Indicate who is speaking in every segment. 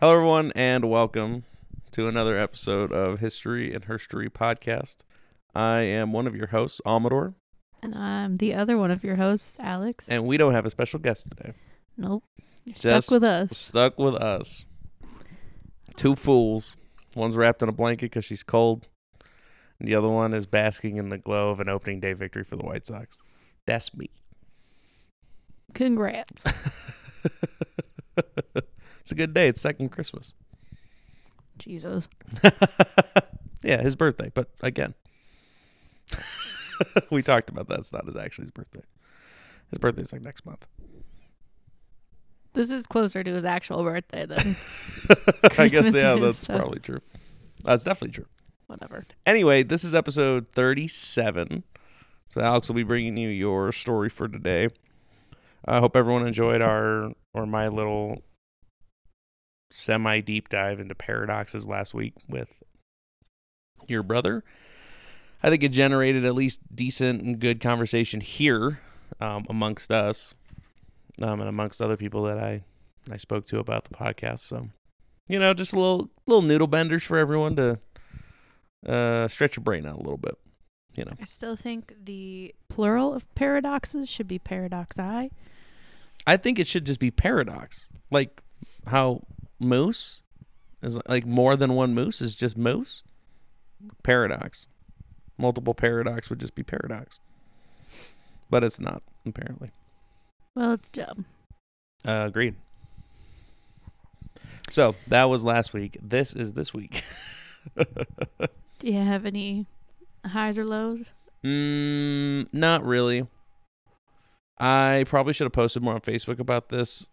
Speaker 1: Hello, everyone, and welcome to another episode of History and Herstory Podcast. I am one of your hosts, Almador,
Speaker 2: And I'm the other one of your hosts, Alex.
Speaker 1: and we don't have a special guest today.
Speaker 2: nope. You're
Speaker 1: Just-
Speaker 2: stuck with us.
Speaker 1: Stuck with us. Two fools. One's wrapped in a blanket because she's cold, and the other one is basking in the glow of an opening day victory for the White Sox. That's me.
Speaker 2: Congrats.
Speaker 1: it's a good day. It's second Christmas.
Speaker 2: Jesus.
Speaker 1: yeah, his birthday, but again. we talked about that. It's not his actually his birthday. His birthday's like next month.
Speaker 2: This is closer to his actual birthday than
Speaker 1: I guess
Speaker 2: Christmas
Speaker 1: yeah,
Speaker 2: is,
Speaker 1: that's
Speaker 2: so-
Speaker 1: probably true. That's definitely true.
Speaker 2: whatever.
Speaker 1: Anyway, this is episode 37. So Alex will be bringing you your story for today. I hope everyone enjoyed our or my little semi deep dive into paradoxes last week with your brother. I think it generated at least decent and good conversation here um, amongst us um, and amongst other people that I I spoke to about the podcast. So you know, just a little little noodle benders for everyone to uh, stretch your brain out a little bit. You know,
Speaker 2: I still think the plural of paradoxes should be paradoxi.
Speaker 1: I think it should just be paradox, like how moose is like more than one moose is just moose. Paradox, multiple paradox would just be paradox, but it's not apparently.
Speaker 2: Well, it's dumb.
Speaker 1: Uh, agreed. So that was last week. This is this week.
Speaker 2: Do you have any highs or lows?
Speaker 1: Mm, not really. I probably should have posted more on Facebook about this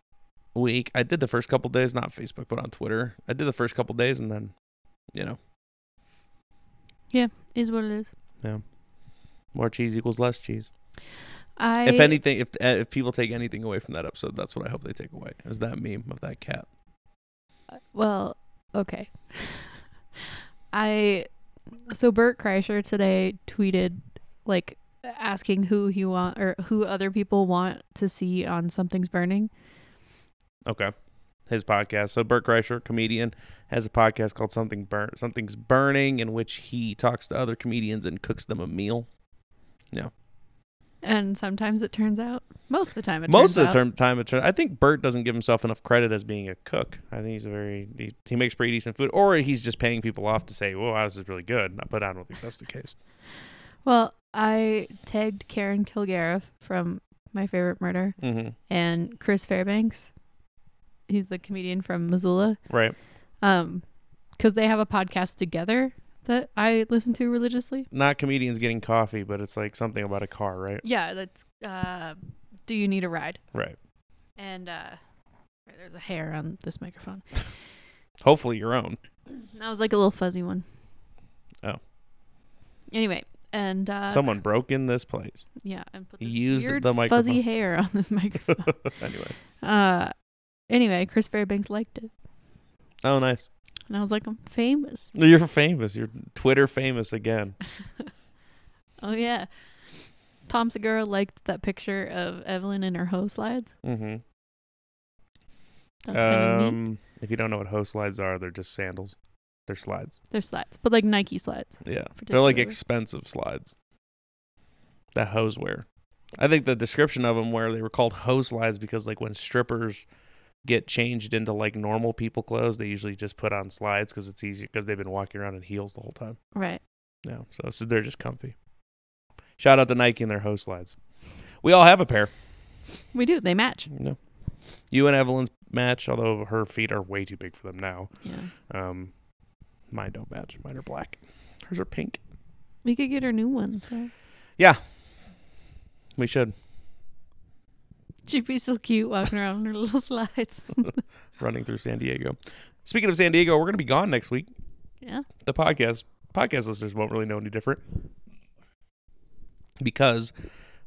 Speaker 1: week. I did the first couple days, not Facebook, but on Twitter. I did the first couple days, and then, you know,
Speaker 2: Is what it is.
Speaker 1: more cheese equals less cheese.
Speaker 2: I
Speaker 1: if anything, if uh, if people take anything away from that episode, that's what I hope they take away. Is that meme of that cat?
Speaker 2: Well, okay. I so Bert Kreischer today tweeted like asking who he want or who other people want to see on Something's Burning.
Speaker 1: Okay, his podcast. So Bert Kreischer, comedian, has a podcast called Something Burn Something's Burning, in which he talks to other comedians and cooks them a meal.
Speaker 2: And sometimes it turns out most of the time it
Speaker 1: most
Speaker 2: turns
Speaker 1: of the
Speaker 2: out,
Speaker 1: term, time it's i think bert doesn't give himself enough credit as being a cook i think he's a very he, he makes pretty decent food or he's just paying people off to say whoa this is really good but i don't think that's the case
Speaker 2: Well, I tagged Karen Kilgariff from My Favorite Murder
Speaker 1: mm-hmm.
Speaker 2: and Chris Fairbanks. He's the comedian from Missoula.
Speaker 1: right
Speaker 2: Um cuz they have a podcast together that I listen to religiously.
Speaker 1: not comedians getting coffee but it's like something about a car right
Speaker 2: Yeah, that's uh do you need a ride?
Speaker 1: right
Speaker 2: And uh right, there's a hair on this microphone.
Speaker 1: hopefully your own
Speaker 2: That was like a little fuzzy one.
Speaker 1: Oh.
Speaker 2: Anyway, and uh
Speaker 1: someone broke in this place
Speaker 2: yeah, and put
Speaker 1: He
Speaker 2: this
Speaker 1: used
Speaker 2: weird
Speaker 1: the
Speaker 2: fuzzy
Speaker 1: microphone.
Speaker 2: hair on this microphone.
Speaker 1: anyway
Speaker 2: uh anyway, Chris Fairbanks liked it.
Speaker 1: oh nice
Speaker 2: And I was like, I'm famous.
Speaker 1: you're famous you're twitter famous again
Speaker 2: Oh yeah. Tom Segura liked that picture of Evelyn in her hoe slides.
Speaker 1: mm-hmm.
Speaker 2: That was kind of neat.
Speaker 1: um if you don't know what host slides are they're just sandals they're slides
Speaker 2: They're slides, but like Nike slides.
Speaker 1: Yeah. They're like
Speaker 2: particularly.
Speaker 1: expensive slides that hose wear. I think the description of them where they were called hose slides because like when strippers get changed into like normal people clothes, they usually just put on slides because it's easier because they've been walking around in heels the whole time.
Speaker 2: Right.
Speaker 1: Yeah. So, so they're just comfy. Shout out to Nike and their hose slides. We all have a pair.
Speaker 2: We do. They match.
Speaker 1: No. You and Evelyn's match, although her feet are way too big for them now.
Speaker 2: Yeah.
Speaker 1: Um, mine don't match. Mine are black. Hers are pink.
Speaker 2: We could get her new ones. Right?
Speaker 1: We should
Speaker 2: She'd be so cute walking around on her little slides.
Speaker 1: running through San Diego. Speaking of San Diego, we're going to be gone next week.
Speaker 2: yeah.
Speaker 1: The podcast podcast listeners won't really know any different because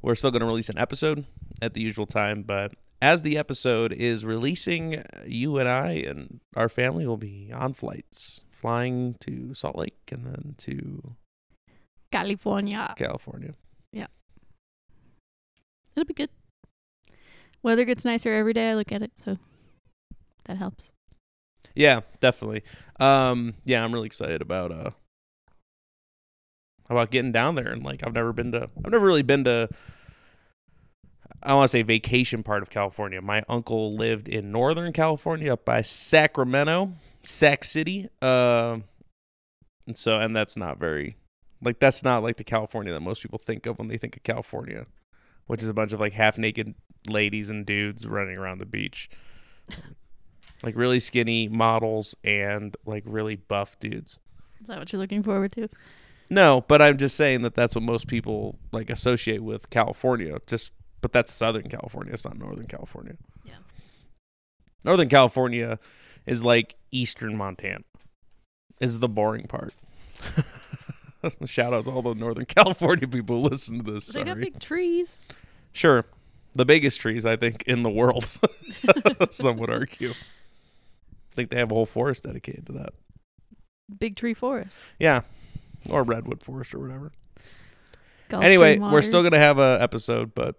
Speaker 1: we're still going to release an episode at the usual time, but as the episode is releasing, you and I and our family will be on flights, flying to Salt Lake and then to
Speaker 2: California.
Speaker 1: California.
Speaker 2: It'll be good. Weather gets nicer every day I look at it, so that helps.
Speaker 1: Yeah, definitely. Um, yeah, I'm really excited about uh about getting down there and like I've never been to I've never really been to I want to say vacation part of California. My uncle lived in Northern California up by Sacramento, Sac City. Uh, and so and that's not very like that's not like the California that most people think of when they think of California, which is a bunch of like half naked ladies and dudes running around the beach. Like really skinny models and like really buff dudes.
Speaker 2: Is that what you're looking forward to?
Speaker 1: No, but I'm just saying that that's what most people like associate with California. Just, but that's Southern California. It's not Northern California.
Speaker 2: Yeah.
Speaker 1: Northern California is like Eastern Montana. Is the boring part. Shout out to all the Northern California people who listen to this.
Speaker 2: They got
Speaker 1: Sorry.
Speaker 2: big trees.
Speaker 1: Sure. The biggest trees, I think, in the world, some would argue. I think they have a whole forest dedicated to that.
Speaker 2: Big tree forest.
Speaker 1: Yeah. Or redwood forest or whatever.
Speaker 2: Gulf
Speaker 1: anyway,
Speaker 2: Stream
Speaker 1: we're still
Speaker 2: waters.
Speaker 1: gonna have a episode, but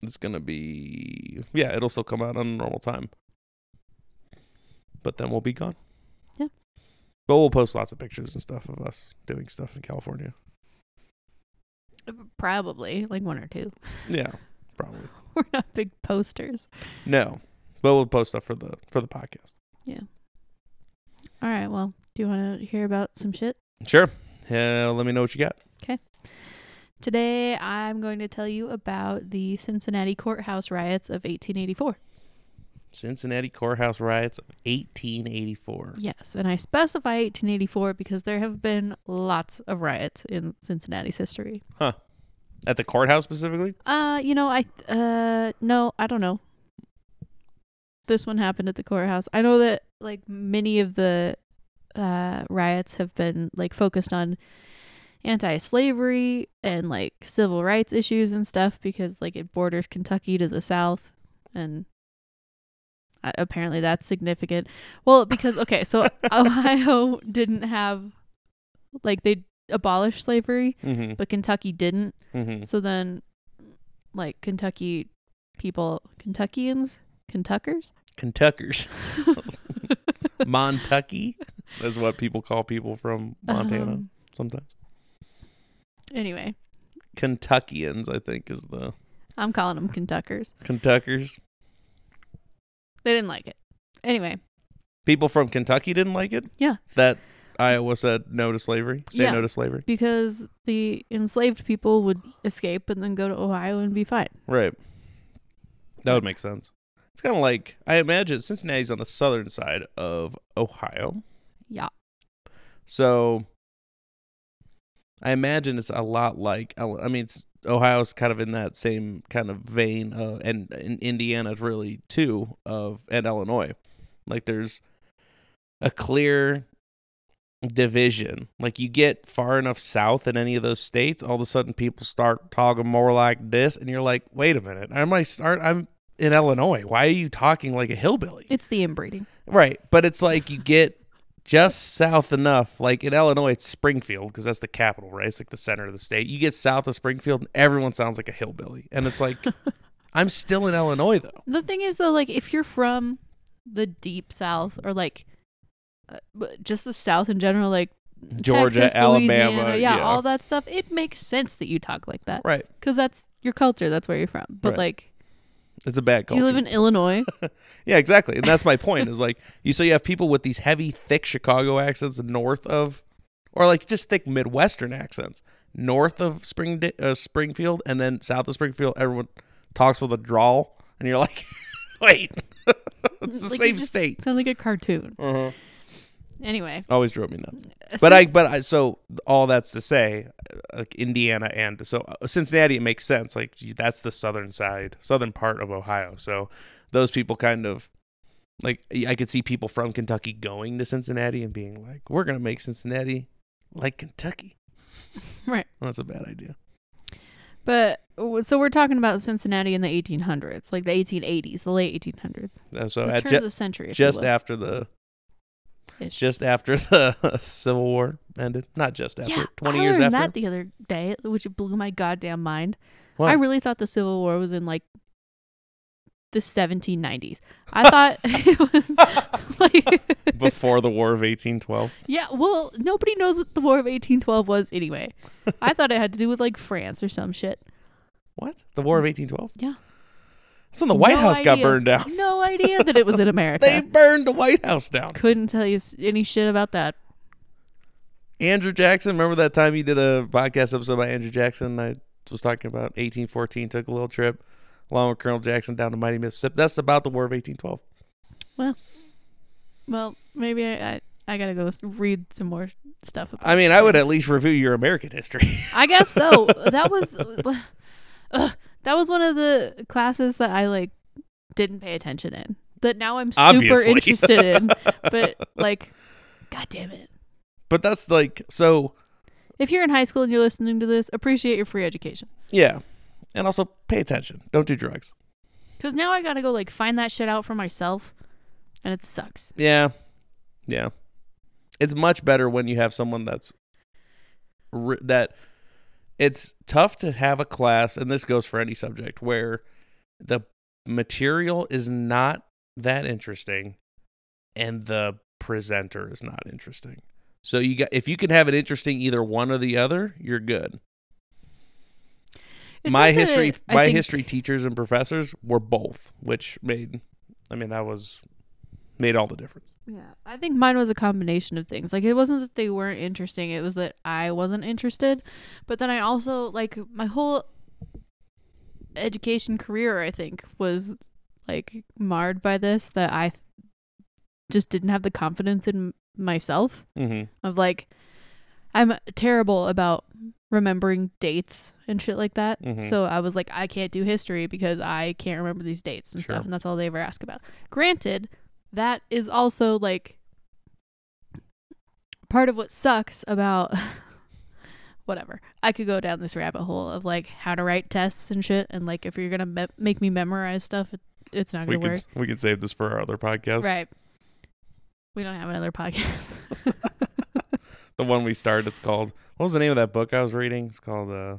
Speaker 1: it's gonna be yeah, it'll still come out on normal time. But then we'll be gone.
Speaker 2: Yeah.
Speaker 1: But we'll post lots of pictures and stuff of us doing stuff in California.
Speaker 2: probably like one or two.
Speaker 1: Yeah, probably.
Speaker 2: We're not big posters.
Speaker 1: No. But we'll post stuff for the for the podcast.
Speaker 2: All right. Well, do you want to hear about some shit?
Speaker 1: Sure. Uh, let me know what you got.
Speaker 2: Today, I'm going to tell you about the Cincinnati courthouse riots of 1884.
Speaker 1: Cincinnati courthouse riots of 1884.
Speaker 2: Yes, and I specify 1884 because there have been lots of riots in Cincinnati's history.
Speaker 1: At the courthouse specifically?
Speaker 2: Uh, you know, I uh no, I don't know. This one happened at the courthouse. I know that like many of the uh riots have been like focused on anti-slavery and like civil rights issues and stuff because like it borders Kentucky to the south and uh, apparently that's significant. Well, because okay, so oh. Ohio didn't have like they abolished slavery,
Speaker 1: Mm-hmm.
Speaker 2: but Kentucky didn't.
Speaker 1: Mm-hmm.
Speaker 2: So then, like Kentucky people, Kentuckians, Kentuckers, Um,
Speaker 1: Kentuckers. Montucky. That's what people call people from Montana
Speaker 2: Um,
Speaker 1: sometimes.
Speaker 2: anyway,
Speaker 1: Kentuckians, I think, is the
Speaker 2: I'm calling them Kentuckers.
Speaker 1: Kentuckers.
Speaker 2: They didn't like it. Anyway,
Speaker 1: People from Kentucky didn't like it.
Speaker 2: Yeah.
Speaker 1: That Iowa said no to slavery. Say
Speaker 2: Yeah.
Speaker 1: no to slavery.
Speaker 2: because the enslaved people would escape and then go to Ohio and be fine.
Speaker 1: Right. That would make sense. It's kind of like I imagine Cincinnati's on the southern side of Ohio,
Speaker 2: Yeah.
Speaker 1: so I imagine it's a lot like I I mean, it's, Ohio's kind of in that same kind of vein, uh, and, and Indiana's really too of and Illinois, like there's a clear division. Like you get far enough south in any of those states, all of a sudden people start talking more like this, and you're like, wait a minute, I might start. I'm in Illinois. Why are you talking like a hillbilly?
Speaker 2: It's the inbreeding.
Speaker 1: Right, but it's like you get just south enough, like in Illinois, it's Springfield because that's the capital, right? It's like the center of the state. You get south of Springfield, and everyone sounds like a hillbilly, and it's like I'm still in Illinois though.
Speaker 2: The thing is, though, like if you're from the deep South or like uh, b- just the South in general, like
Speaker 1: Georgia,
Speaker 2: Texas,
Speaker 1: Alabama,
Speaker 2: Louisiana, yeah,
Speaker 1: yeah.
Speaker 2: all that stuff, it makes sense that you talk like that
Speaker 1: Right,
Speaker 2: because that's your culture. That's where you're from. But
Speaker 1: Right.
Speaker 2: like.
Speaker 1: it's a bad culture.
Speaker 2: You live in Illinois.
Speaker 1: yeah, exactly, and that's my point. Is like you, so you have people with these heavy, thick Chicago accents north of, or like just thick Midwestern accents north of Spring uh, Springfield, and then south of Springfield, everyone talks with a drawl, and you're like, wait, it's the
Speaker 2: Like, it
Speaker 1: same
Speaker 2: just
Speaker 1: state.
Speaker 2: Sounds like a cartoon.
Speaker 1: Uh-huh.
Speaker 2: Anyway,
Speaker 1: Always drove me nuts.
Speaker 2: since-
Speaker 1: But I, but I, so all that's to say, uh, like Indiana and so uh, Cincinnati, it makes sense. Like gee, that's the southern side, southern part of Ohio. So those people kind of like I could see people from Kentucky going to Cincinnati and being like, "We're gonna make Cincinnati like Kentucky."
Speaker 2: Right.
Speaker 1: Well, that's a bad idea.
Speaker 2: but w- so we're talking about Cincinnati in the 1800s, like the 1880s, the late 1800s,
Speaker 1: Uh, So
Speaker 2: the
Speaker 1: at
Speaker 2: turn
Speaker 1: ju-
Speaker 2: of the century. if you
Speaker 1: just
Speaker 2: will,
Speaker 1: after the
Speaker 2: ish.
Speaker 1: just after the Civil War ended, not just after
Speaker 2: yeah,
Speaker 1: twenty
Speaker 2: I
Speaker 1: years
Speaker 2: learned
Speaker 1: after.
Speaker 2: that the other day, which blew my goddamn mind.
Speaker 1: Wow.
Speaker 2: I really thought the Civil War was in like the 1790s. I thought it was like
Speaker 1: before the War of 1812.
Speaker 2: Yeah, well, nobody knows what the War of 1812 was anyway. I thought it had to do with like France or some shit.
Speaker 1: What? The War of 1812?
Speaker 2: Yeah.
Speaker 1: That's when the White
Speaker 2: No
Speaker 1: House got
Speaker 2: idea.
Speaker 1: burned down.
Speaker 2: No idea that it was in America.
Speaker 1: They burned the White House down.
Speaker 2: Couldn't tell you s- any shit about that.
Speaker 1: Andrew Jackson, remember that time you did a podcast episode by Andrew Jackson? I was talking about 1814, took a little trip along with Colonel Jackson down to mighty Mississippi. That's about the War of 1812.
Speaker 2: Well, maybe I I, I gotta go s- read some more stuff. About
Speaker 1: I mean, I would at least review your American history.
Speaker 2: I guess so. That was Ugh. that was one of the classes that I like didn't pay attention in. That now I'm super
Speaker 1: Obviously.
Speaker 2: interested in, but like, god damn it!
Speaker 1: but that's like, so,
Speaker 2: If you're in high school and you're listening to this, appreciate your free education.
Speaker 1: yeah. And also pay attention. Don't do drugs.
Speaker 2: Because now I gotta go like find that shit out for myself, and it sucks.
Speaker 1: Yeah. Yeah. It's much better when you have someone that's re- that it's tough to have a class and this goes for any subject where the material is not that interesting and the presenter is not interesting. So you got if you can have it interesting either one or the other, you're good.
Speaker 2: It's
Speaker 1: my
Speaker 2: not that
Speaker 1: history
Speaker 2: I
Speaker 1: my
Speaker 2: think-
Speaker 1: history teachers and professors were both, which made I mean that was made all the difference.
Speaker 2: Yeah, I think mine was a combination of things. Like it wasn't that they weren't interesting; it was that I wasn't interested. But then I also like my whole education career. I think was like marred by this that I just didn't have the confidence in myself
Speaker 1: Mhm.
Speaker 2: of like I'm terrible about remembering dates and shit like that.
Speaker 1: Mhm.
Speaker 2: So I was like, I can't do history because I can't remember these dates and
Speaker 1: Sure.
Speaker 2: stuff, and that's all they ever ask about. Granted, that is also like part of what sucks about whatever. I could go down this rabbit hole of like how to write tests and shit, and like if you're gonna me- make me memorize stuff, it, it's not
Speaker 1: we
Speaker 2: gonna
Speaker 1: could
Speaker 2: work.
Speaker 1: s- we could save this for our other podcast.
Speaker 2: Right. We don't have another podcast.
Speaker 1: The one we started. It's called what was the name of that book I was reading? It's called uh,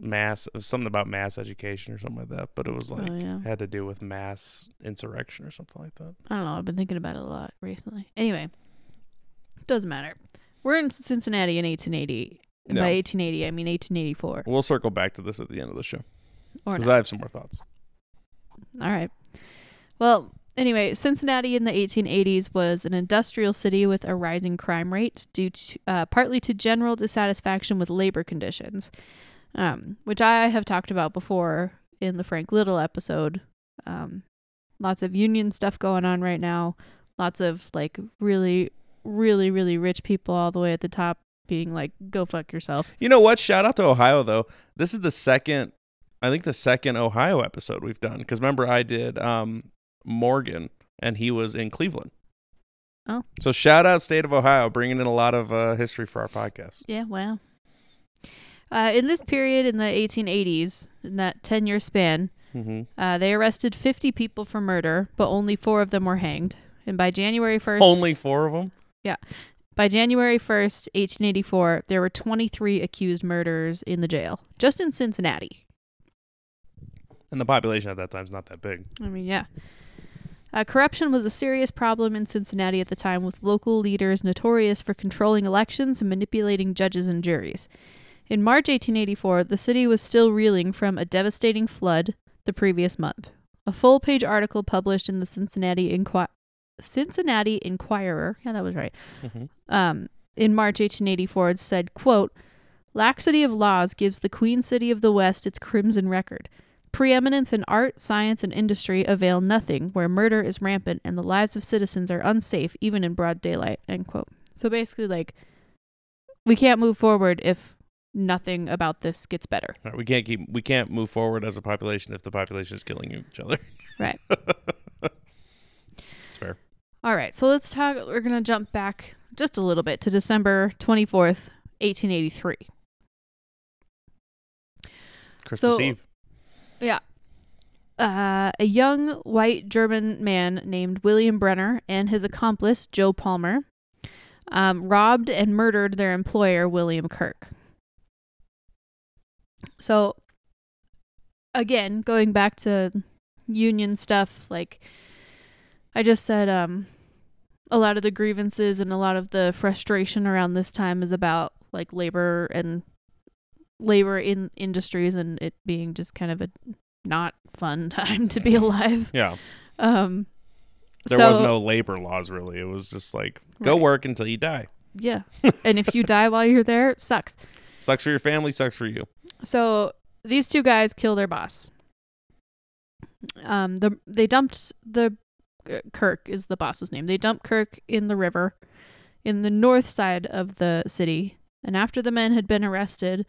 Speaker 1: mass it was something about mass education or something like that. But it was like
Speaker 2: oh yeah.
Speaker 1: had to do with mass insurrection or something like that.
Speaker 2: I don't know. I've been thinking about it a lot recently. Anyway, doesn't matter. We're in Cincinnati in 1880. And
Speaker 1: No.
Speaker 2: By 1880, I mean 1884.
Speaker 1: We'll circle back to this at the end of the show
Speaker 2: Or
Speaker 1: because
Speaker 2: not.
Speaker 1: I have some more thoughts.
Speaker 2: All right. Well, anyway, Cincinnati in the 1880s was an industrial city with a rising crime rate due to uh, partly to general dissatisfaction with labor conditions, um, which I have talked about before in the Frank Little episode. Um, lots of union stuff going on right now. Lots of like really, really, really rich people all the way at the top being like, "Go fuck yourself."
Speaker 1: You know what? Shout out to Ohio though. This is the second, I think the second Ohio episode we've done because remember I did um, Morgan and he was in Cleveland.
Speaker 2: Oh.
Speaker 1: So shout out state of Ohio, bringing in a lot of uh, history for our podcast.
Speaker 2: Yeah, wow. Uh, in this period in the 1880s, in that 10 year span,
Speaker 1: Mm-hmm.
Speaker 2: uh, they arrested 50 people for murder, but only four of them were hanged. And by January 1st,
Speaker 1: Only four of them.
Speaker 2: by January 1st, 1884, there were 23 accused murderers in the jail, just in Cincinnati.
Speaker 1: And the population at that time is not that big.
Speaker 2: I mean, yeah. Uh, corruption was a serious problem in Cincinnati at the time, with local leaders notorious for controlling elections and manipulating judges and juries. In March 1884, the city was still reeling from a devastating flood the previous month. A full page article published in the Cincinnati, Inqui- Cincinnati Inquirer, yeah, that was right,
Speaker 1: Mhm.
Speaker 2: um, in March 1884 it said, quote, Laxity of laws gives the Queen City of the West its crimson record. Preeminence in art, science, and industry avail nothing where murder is rampant and the lives of citizens are unsafe even in broad daylight. End quote. So basically, like, we can't move forward if nothing about this gets better.
Speaker 1: All right, we can't keep we can't move forward as a population if the population is killing each other.
Speaker 2: Right.
Speaker 1: it's fair.
Speaker 2: All right, so let's talk. We're going to jump back just a little bit to December 24th, 1883.
Speaker 1: Christmas
Speaker 2: So-
Speaker 1: Eve.
Speaker 2: uh, a young white German man named William Brenner and his accomplice, Joe Palmer, um, robbed and murdered their employer, William Kirk. So, again, going back to union stuff like i just said um a lot of the grievances and a lot of the frustration around this time is about like labor and labor in industries and it being just kind of a not fun time to be alive
Speaker 1: Yeah.
Speaker 2: um
Speaker 1: There
Speaker 2: so,
Speaker 1: was no labor laws really. It was just like go
Speaker 2: Right.
Speaker 1: work until you die.
Speaker 2: yeah and if you die while you're there it sucks
Speaker 1: Sucks for your family, sucks for you.
Speaker 2: So these two guys kill their boss. Um, the they dumped the uh, Kirk is the boss's name. They dumped Kirk in the river, in the north side of the city. And after the men had been arrested,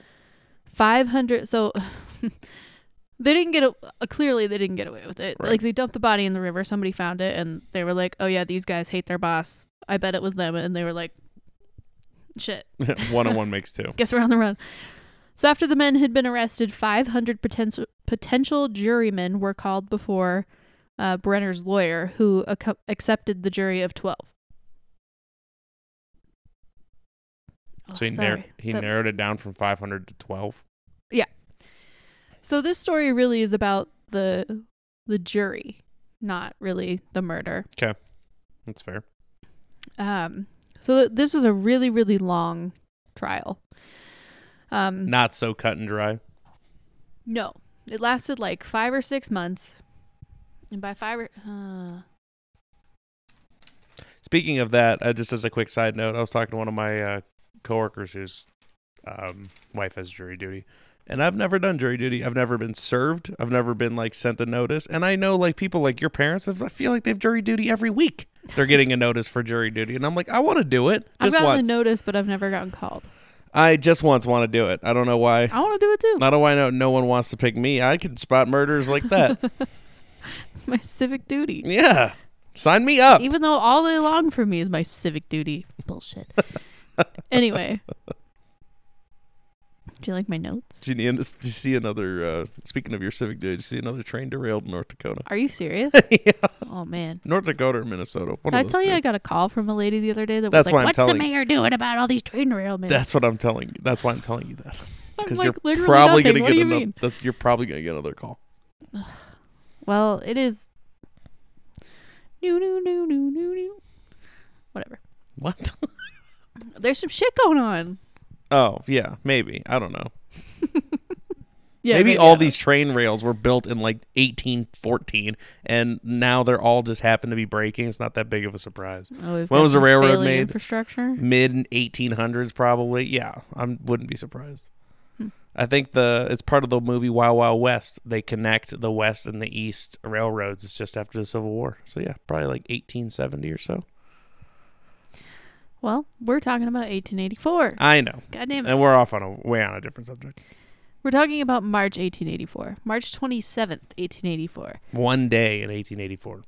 Speaker 2: five hundred. So they didn't get a, uh, clearly they didn't get away with it.
Speaker 1: Right.
Speaker 2: Like they dumped the body in the river. Somebody found it, and they were like, "Oh yeah, these guys hate their boss. I bet it was them." And they were like, "Shit,
Speaker 1: one on one makes two.
Speaker 2: Guess we're on the run. So after the men had been arrested, 500 potential potential jurymen were called before uh, Brenner's lawyer, who ac- accepted the jury of 12. Oh,
Speaker 1: So he,
Speaker 2: sorry.
Speaker 1: narr- he
Speaker 2: That-
Speaker 1: narrowed it down from 500 to 12.
Speaker 2: so this story really is about the the jury, not really the murder.
Speaker 1: That's fair.
Speaker 2: Um, so th- this was a really really long trial. Um,
Speaker 1: Not so cut and dry.
Speaker 2: No, it lasted like five or six months, and by five, or, uh,
Speaker 1: Speaking of that, uh, just as a quick side note, I was talking to one of my uh, coworkers whose um, wife has jury duty, and I've never done jury duty. I've never been served. I've never been like sent a notice. And I know like people like your parents. have- I feel like they have jury duty every week. They're getting a notice for jury duty, and I'm like, I want to do it
Speaker 2: I've
Speaker 1: just
Speaker 2: gotten
Speaker 1: once.
Speaker 2: a notice, but I've never gotten called.
Speaker 1: I just once want to do it. I don't know why.
Speaker 2: I want to do it too.
Speaker 1: Not do I know no one wants to pick me. I can spot murders like that.
Speaker 2: It's my civic duty.
Speaker 1: yeah, sign me up.
Speaker 2: Even though all they long for me is my civic duty. Bullshit. anyway, do you like my notes?
Speaker 1: Did you, did you see another? Uh, speaking of your civic duty, did you see another train derailed in North Dakota?
Speaker 2: Are you serious? Oh man.
Speaker 1: North Dakota or Minnesota? One
Speaker 2: Did I
Speaker 1: of those
Speaker 2: tell you
Speaker 1: two.
Speaker 2: I got a call from a lady the other day that
Speaker 1: That's
Speaker 2: was
Speaker 1: why
Speaker 2: like,
Speaker 1: I'm
Speaker 2: "What's the
Speaker 1: telling-
Speaker 2: mayor doing about all these train derailments?"
Speaker 1: That's what I'm telling you. That's why I'm telling you that.
Speaker 2: I'm
Speaker 1: Because
Speaker 2: like,
Speaker 1: you're
Speaker 2: literally
Speaker 1: probably
Speaker 2: nothing.
Speaker 1: gonna
Speaker 2: What do
Speaker 1: get
Speaker 2: you
Speaker 1: another.
Speaker 2: mean?
Speaker 1: that's- you're probably gonna get another call.
Speaker 2: Well, it is. No, no, no, no, no, no. Whatever.
Speaker 1: What?
Speaker 2: There's some shit going on.
Speaker 1: Oh yeah, maybe. I don't know.
Speaker 2: Yeah.
Speaker 1: maybe all
Speaker 2: I
Speaker 1: these train rails were built in like 1814, and now they're all just happen to be breaking. It's not that big of a surprise.
Speaker 2: don't know. Oh, we've
Speaker 1: When
Speaker 2: got
Speaker 1: was the
Speaker 2: some
Speaker 1: railroad
Speaker 2: failing
Speaker 1: made?
Speaker 2: Infrastructure.
Speaker 1: Mid 1800s, probably. Yeah, I wouldn't be surprised.
Speaker 2: Hmm.
Speaker 1: I think the it's part of the movie Wild Wild West. They connect the West and the East railroads. It's just after the Civil War, so yeah, probably like 1870 or so.
Speaker 2: Well, we're talking about 1884.
Speaker 1: I know.
Speaker 2: God damn it.
Speaker 1: And we're off on a way on a different subject.
Speaker 2: We're talking about March 1884. March 27th, 1884.
Speaker 1: One day in 1884.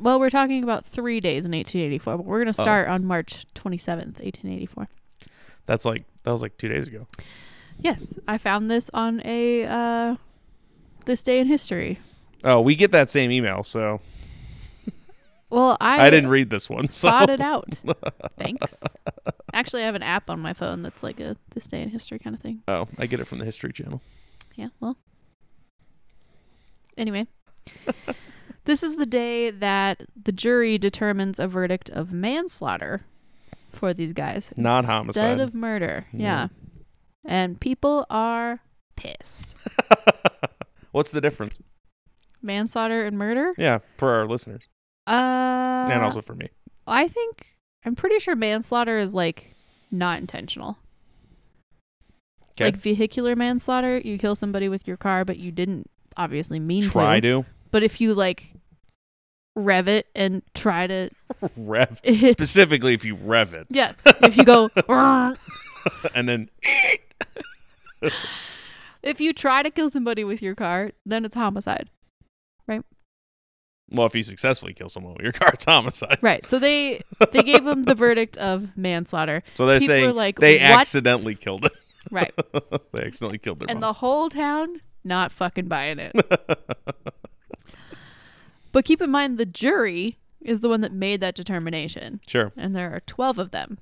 Speaker 2: Well, we're talking about three days in 1884, but
Speaker 1: Oh.
Speaker 2: we're going to start on March 27th, 1884.
Speaker 1: That's like that was like two days ago.
Speaker 2: Yes, I found this on a uh, this day in history.
Speaker 1: Oh, we get that same email, so
Speaker 2: Well, I
Speaker 1: I, didn't read this one. So
Speaker 2: Thought it out. Thanks. Actually, I have an app on my phone that's like a this day in history kind of thing.
Speaker 1: oh, I get it from the History Channel.
Speaker 2: Yeah, well. Anyway, this is the day that the jury determines a verdict of manslaughter for these guys.
Speaker 1: Not homicide. Mm-hmm.
Speaker 2: Instead of murder.
Speaker 1: Yeah.
Speaker 2: Yeah. And people are pissed.
Speaker 1: What's the difference?
Speaker 2: Manslaughter and murder?
Speaker 1: Yeah, for our listeners
Speaker 2: Uh
Speaker 1: and also for me.
Speaker 2: I think I'm pretty sure manslaughter is like not intentional.
Speaker 1: 'Kay.
Speaker 2: Like vehicular manslaughter, you kill somebody with your car, but you didn't obviously mean
Speaker 1: Try
Speaker 2: to.
Speaker 1: to
Speaker 2: But if you like rev it and try to,
Speaker 1: rev
Speaker 2: hit-
Speaker 1: specifically if you rev it
Speaker 2: yes, if you go, "Arr!"
Speaker 1: and then
Speaker 2: if you try to kill somebody with your car, then it's homicide,
Speaker 1: well, if you successfully kill someone with your car, it's homicide.
Speaker 2: right? So they they gave him the verdict of manslaughter,
Speaker 1: So they're
Speaker 2: People are
Speaker 1: saying
Speaker 2: like,
Speaker 1: they
Speaker 2: "What?"
Speaker 1: accidentally killed it.
Speaker 2: right?
Speaker 1: they accidentally killed their
Speaker 2: And the
Speaker 1: boss.
Speaker 2: whole town not fucking buying it. but keep in mind, the jury is the one that made that determination,
Speaker 1: sure.
Speaker 2: and there are twelve of them.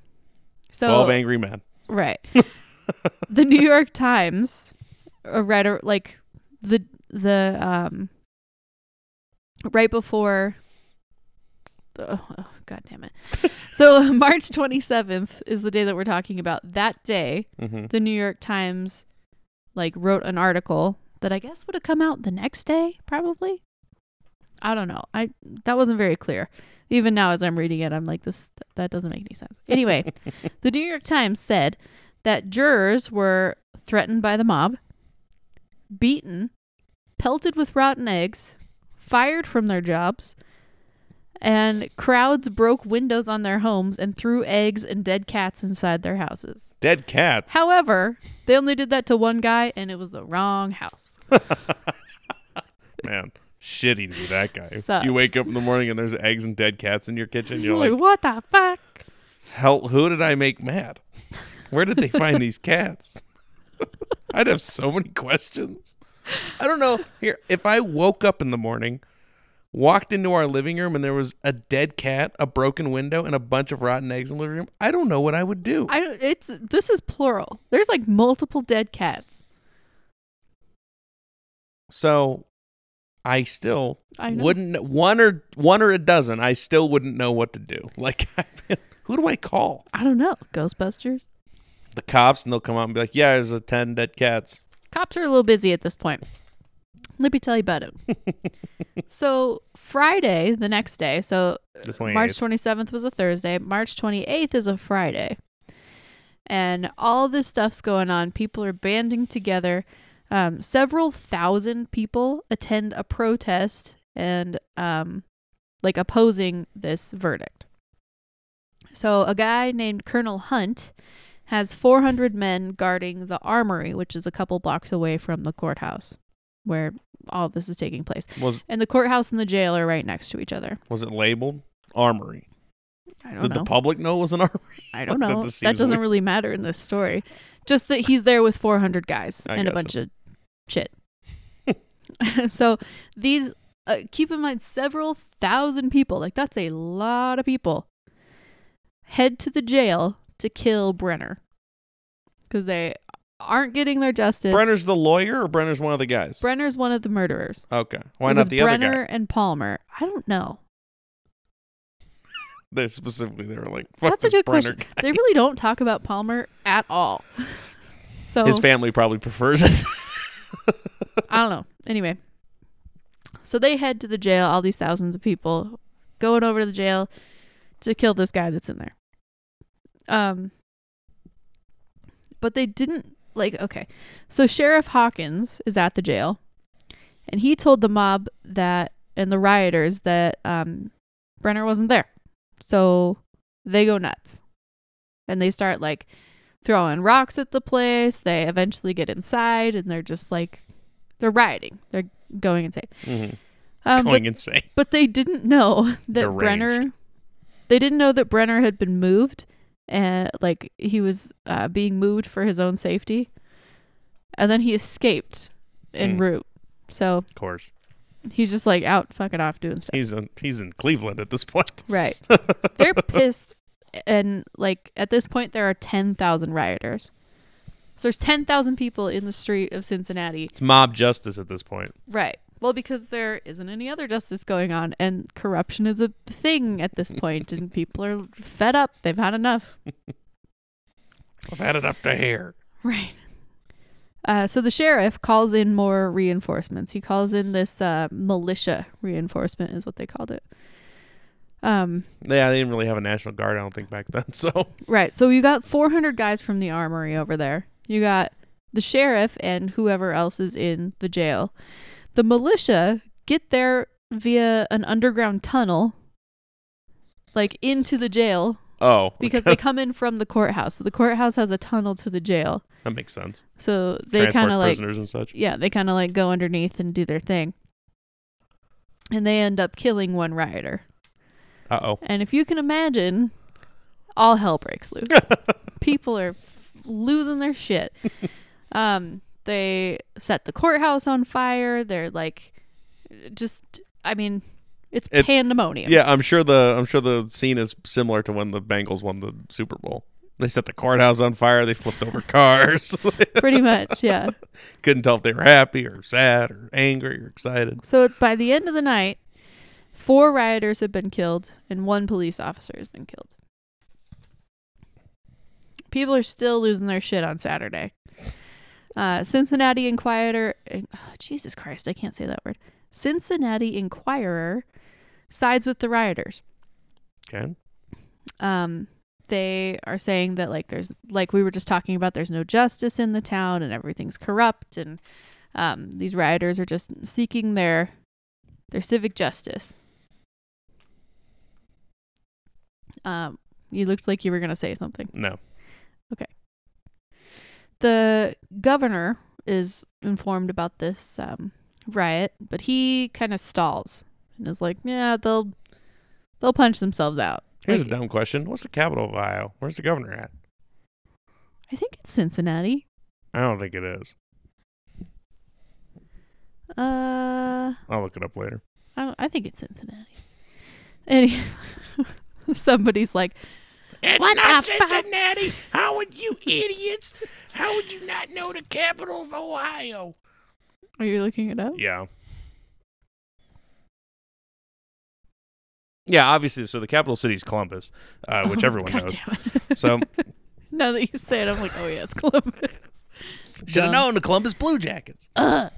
Speaker 2: So
Speaker 1: Twelve angry men.
Speaker 2: Right. the New York Times, a writer like the the um right before oh, oh god damn it so march 27th is the day that we're talking about that day
Speaker 1: Mm-hmm.
Speaker 2: the new york times like wrote an article that i guess would have come out the next day probably i don't know i that wasn't very clear even now as i'm reading it i'm like this that doesn't make any sense anyway the new york times said that jurors were threatened by the mob beaten pelted with rotten eggs fired from their jobs and crowds broke windows on their homes and threw eggs and dead cats inside their houses
Speaker 1: Dead cats.
Speaker 2: However, they only did that to one guy, and it was the wrong house.
Speaker 1: Man, shitty to be that guy.
Speaker 2: Sucks.
Speaker 1: You wake up in the morning and there's eggs and dead cats in your kitchen. You're
Speaker 2: Like,
Speaker 1: like,
Speaker 2: what the fuck?
Speaker 1: hell, who did I make mad? Where did they find these cats? I'd have so many questions. I don't know. Here, if I woke up in the morning, walked into our living room, and there was a dead cat, a broken window, and a bunch of rotten eggs in the living room, I don't know what I would do.
Speaker 2: I don't. It's this is plural. There's like multiple dead cats.
Speaker 1: So I still
Speaker 2: I know.
Speaker 1: wouldn't one or one or a dozen. I still wouldn't know what to do. Like, I who do I call?
Speaker 2: I don't know. Ghostbusters.
Speaker 1: The cops, and they'll come out and be like, "Yeah, there's a ten dead cats."
Speaker 2: Cops are a little busy at this point. Let me tell you about it. so Friday, the next day. So
Speaker 1: The 28th.
Speaker 2: March 27th was a Thursday. March 28th is a Friday. And all this stuff's going on. People are banding together. Um, several thousand people attend a protest and um, like opposing this verdict. So a guy named Colonel Hunt has 400 men guarding the armory, which is a couple blocks away from the courthouse where all this is taking place.
Speaker 1: was
Speaker 2: And the courthouse and the jail are right next to each other.
Speaker 1: was it labeled armory?
Speaker 2: I don't
Speaker 1: Did
Speaker 2: know.
Speaker 1: the public know it was an armory?
Speaker 2: I don't
Speaker 1: That
Speaker 2: know.
Speaker 1: just
Speaker 2: that
Speaker 1: seems
Speaker 2: doesn't
Speaker 1: weird.
Speaker 2: really matter in this story. Just that he's there with 400 guys
Speaker 1: I
Speaker 2: and a
Speaker 1: gotcha.
Speaker 2: bunch of shit. so these, uh, keep in mind, several thousand people, like that's a lot of people, head to the jail to kill Brenner because they aren't getting their justice.
Speaker 1: Brenner's the lawyer, or Brenner's one of the guys?
Speaker 2: Brenner's one of the murderers.
Speaker 1: okay, why
Speaker 2: It was
Speaker 1: not the
Speaker 2: Brenner
Speaker 1: other guy?
Speaker 2: and Palmer. I don't know.
Speaker 1: They specifically they were like, "Fuck
Speaker 2: That's a
Speaker 1: this
Speaker 2: good
Speaker 1: Brenner."
Speaker 2: question. They really don't talk about Palmer at all. So
Speaker 1: His family probably prefers it.
Speaker 2: I don't know. Anyway, so they head to the jail. All these thousands of people going over to the jail to kill this guy that's in there. Um, but they didn't like. Okay, so Sheriff Hawkins is at the jail, and he told the mob that and the rioters that um, Brenner wasn't there. So they go nuts, and they start like throwing rocks at the place. They eventually get inside, and they're just like they're rioting. They're going insane.
Speaker 1: Mhm.
Speaker 2: Um, but,
Speaker 1: Going insane.
Speaker 2: but they didn't know that
Speaker 1: Deranged.
Speaker 2: Brenner. They didn't know that Brenner had been moved, and like he was uh, being moved for his own safety, and then he escaped en
Speaker 1: Hmm.
Speaker 2: route. So
Speaker 1: Of course,
Speaker 2: he's just like out fucking off doing stuff.
Speaker 1: he's in he's in Cleveland at this point.
Speaker 2: Right. They're pissed. And like at this point, there are 10,000 rioters. So there's 10,000 people in the street of Cincinnati.
Speaker 1: It's mob justice at this point.
Speaker 2: Right. Well, because there isn't any other justice going on, and corruption is a thing at this point, and people are fed up. They've had enough.
Speaker 1: I've had it up to here.
Speaker 2: Right. Uh, so the sheriff calls in more reinforcements. He calls in this uh, militia reinforcement, is what they called it. Um,
Speaker 1: Yeah, they didn't really have a national guard, I don't think, back then. So
Speaker 2: Right. So you got 400 guys from the armory over there. You got the sheriff and whoever else is in the jail. The militia get there via an underground tunnel, like into the jail,
Speaker 1: oh,
Speaker 2: because they come in from the courthouse. So the courthouse has a tunnel to the jail.
Speaker 1: that makes sense.
Speaker 2: So they
Speaker 1: Transport
Speaker 2: kind of like,
Speaker 1: prisoners and such.
Speaker 2: yeah, they kind of like go underneath and do their thing. And they end up killing one rioter.
Speaker 1: Uh oh.
Speaker 2: And if you can imagine, all hell breaks loose. People are losing their shit. Um, they set the courthouse on fire. They're like, just, I mean, it's,
Speaker 1: It's-
Speaker 2: pandemonium.
Speaker 1: Yeah, I'm sure the I'm sure the scene is similar to when the Bengals won the Super Bowl. They set the courthouse on fire. They flipped over cars.
Speaker 2: Pretty much, yeah.
Speaker 1: Couldn't tell if they were happy or sad or angry or excited.
Speaker 2: So by the end of the night, Four rioters have been killed, and one police officer has been killed. People are still losing their shit on Saturday. Uh, Cincinnati Inquirer, in- oh, Jesus Christ, I can't say that word. Cincinnati Inquirer sides with the rioters.
Speaker 1: Okay.
Speaker 2: Um, they are saying that like there's like we were just talking about there's no justice in the town and everything's corrupt and um, these rioters are just seeking their their civic justice. Um, you looked like you were gonna say something.
Speaker 1: No.
Speaker 2: The governor is informed about this um, riot, but he kind of stalls and is like, "Yeah, they'll they'll punch themselves out."
Speaker 1: Here's
Speaker 2: Like-
Speaker 1: a dumb question. What's the capital of Ohio? Where's the governor at?
Speaker 2: I think it's Cincinnati.
Speaker 1: I don't think it is.
Speaker 2: Uh,
Speaker 1: I'll look it up later.
Speaker 2: I, don't- I think it's Cincinnati. Any, somebody's like,
Speaker 1: It's
Speaker 2: What not the fuck?
Speaker 1: Cincinnati. How would you idiots? How would you not know the capital of Ohio?
Speaker 2: "Are you looking it up?"
Speaker 1: Yeah. Yeah, obviously. So the capital city is Columbus, uh, which
Speaker 2: Oh,
Speaker 1: everyone
Speaker 2: God
Speaker 1: knows.
Speaker 2: damn it.
Speaker 1: So
Speaker 2: now that you say it, I'm like, "Oh yeah, it's Columbus."
Speaker 1: should
Speaker 2: Dumb.
Speaker 1: have known the Columbus Blue Jackets.
Speaker 2: Ugh.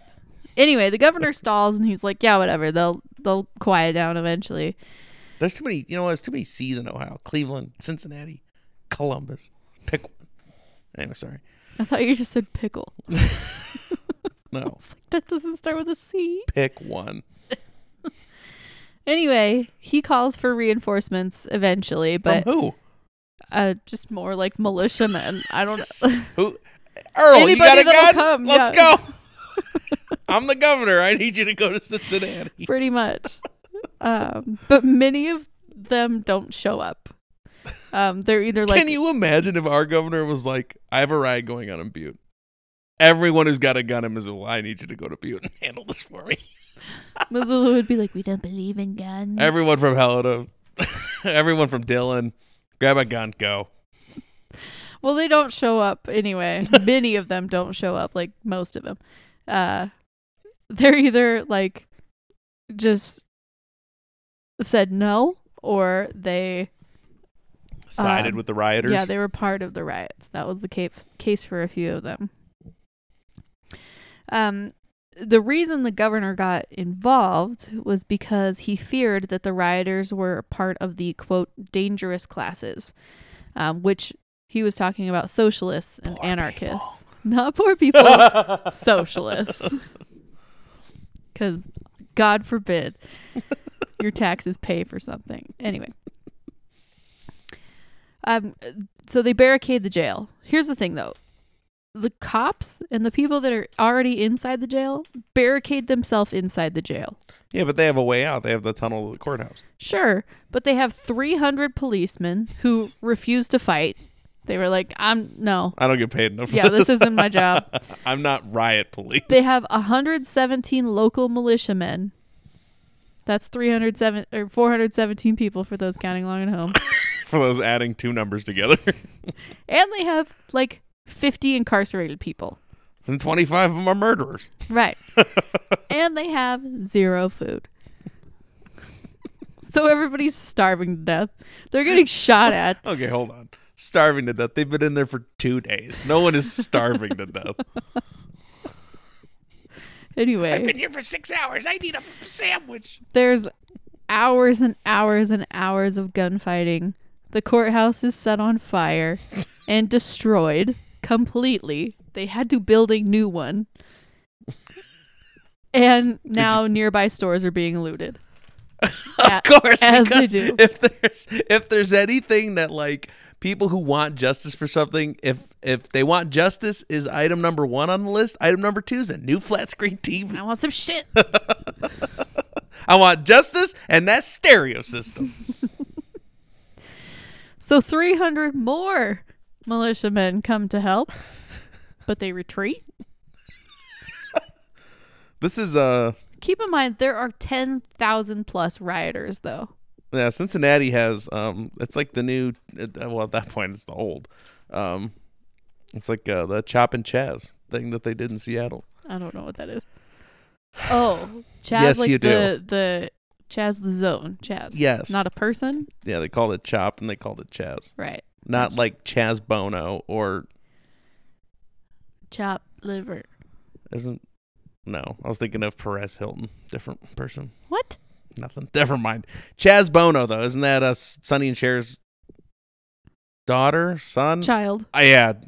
Speaker 2: Anyway, the governor stalls and he's like, "Yeah, whatever. They'll they'll quiet down eventually."
Speaker 1: There's too many. You know, what, there's too many C's in Ohio. Cleveland, Cincinnati, Columbus. Pick one. Anyway, sorry.
Speaker 2: I thought you just said pickle.
Speaker 1: No,
Speaker 2: That doesn't start with a C.
Speaker 1: pick one.
Speaker 2: Anyway, he calls for reinforcements eventually,
Speaker 1: From
Speaker 2: but
Speaker 1: who?
Speaker 2: uh, just more like militiamen. I don't
Speaker 1: Just-
Speaker 2: know.
Speaker 1: Who? Earl, you got
Speaker 2: Anybody
Speaker 1: a gun?
Speaker 2: that'll come,
Speaker 1: Let's
Speaker 2: yeah.
Speaker 1: go. I'm the governor. I need you to go to Cincinnati.
Speaker 2: pretty much. Um, but many of them don't show up. Um, they're either like,
Speaker 1: Can you imagine if our governor was like, I have a riot going on in Butte. Everyone who's got a gun in Missoula, I need you to go to Butte and handle this for me.
Speaker 2: Missoula would be like, we don't believe in guns.
Speaker 1: Everyone from Helena, everyone from Dillon, grab a gun, go.
Speaker 2: well, they don't show up anyway. many of them don't show up, like most of them. Uh, they're either like just said no or they
Speaker 1: Sided
Speaker 2: Um,
Speaker 1: with the rioters.
Speaker 2: yeah they were part of the riots that was the case case for a few of them um the reason the governor got involved was because he feared that the rioters were part of the quote dangerous classes um, which he was talking about socialists and
Speaker 1: Poor
Speaker 2: anarchists not poor people socialists because god forbid your taxes pay for something anyway um so they barricade the jail here's the thing though the cops and the people that are already inside the jail barricade themselves inside the jail
Speaker 1: yeah, but they have a way out. They have the tunnel to the courthouse.
Speaker 2: Sure, but they have 300 policemen who refuse to fight. They were like, "I'm no.
Speaker 1: I don't get paid enough. For
Speaker 2: Yeah, this isn't my job."
Speaker 1: I'm not riot police.
Speaker 2: They have 117 local militiamen. That's 307 or 417 people for those counting long at home.
Speaker 1: for those adding two numbers together.
Speaker 2: And they have like 50 incarcerated people.
Speaker 1: and 25 of them are murderers.
Speaker 2: Right. and they have zero food. So everybody's starving to death. They're getting shot at.
Speaker 1: Okay, hold on. Starving to death. They've been in there for two days. No one is starving to death.
Speaker 2: Anyway.
Speaker 1: here for six hours. I need a sandwich.
Speaker 2: There's hours and hours and hours of gunfighting. The courthouse is set on fire and destroyed completely. They had to build a new one. And now nearby stores are being looted. A-
Speaker 1: Of course,
Speaker 2: as they
Speaker 1: because
Speaker 2: do.
Speaker 1: If there's if there's anything that like people who want justice for something, if if they want justice, is item number one on the list. Item number two is a new flat screen TV.
Speaker 2: I want some shit.
Speaker 1: I want justice and that stereo system.
Speaker 2: So 300 more militiamen come to help, but they retreat.
Speaker 1: this is uh
Speaker 2: Keep in mind, there are 10,000 plus rioters, though.
Speaker 1: Yeah, Cincinnati has um it's like the new uh, well at that point it's the old. Um it's like uh, the chop and chaz thing that they did in Seattle.
Speaker 2: I don't know what that is. Oh, Chaz,
Speaker 1: Yes,
Speaker 2: like
Speaker 1: you
Speaker 2: the the Chaz the Zone. Chaz.
Speaker 1: Yes.
Speaker 2: Not a person.
Speaker 1: Yeah, they called it Chopped and they called it Chaz.
Speaker 2: Right.
Speaker 1: Not like Chaz Bono or
Speaker 2: Chop liver.
Speaker 1: isn't no. I was thinking of Perez Hilton, different person.
Speaker 2: What?
Speaker 1: Nothing. Never mind. Chaz Bono though, isn't that uh, Sonny and Cher's daughter, son?
Speaker 2: Child.
Speaker 1: I had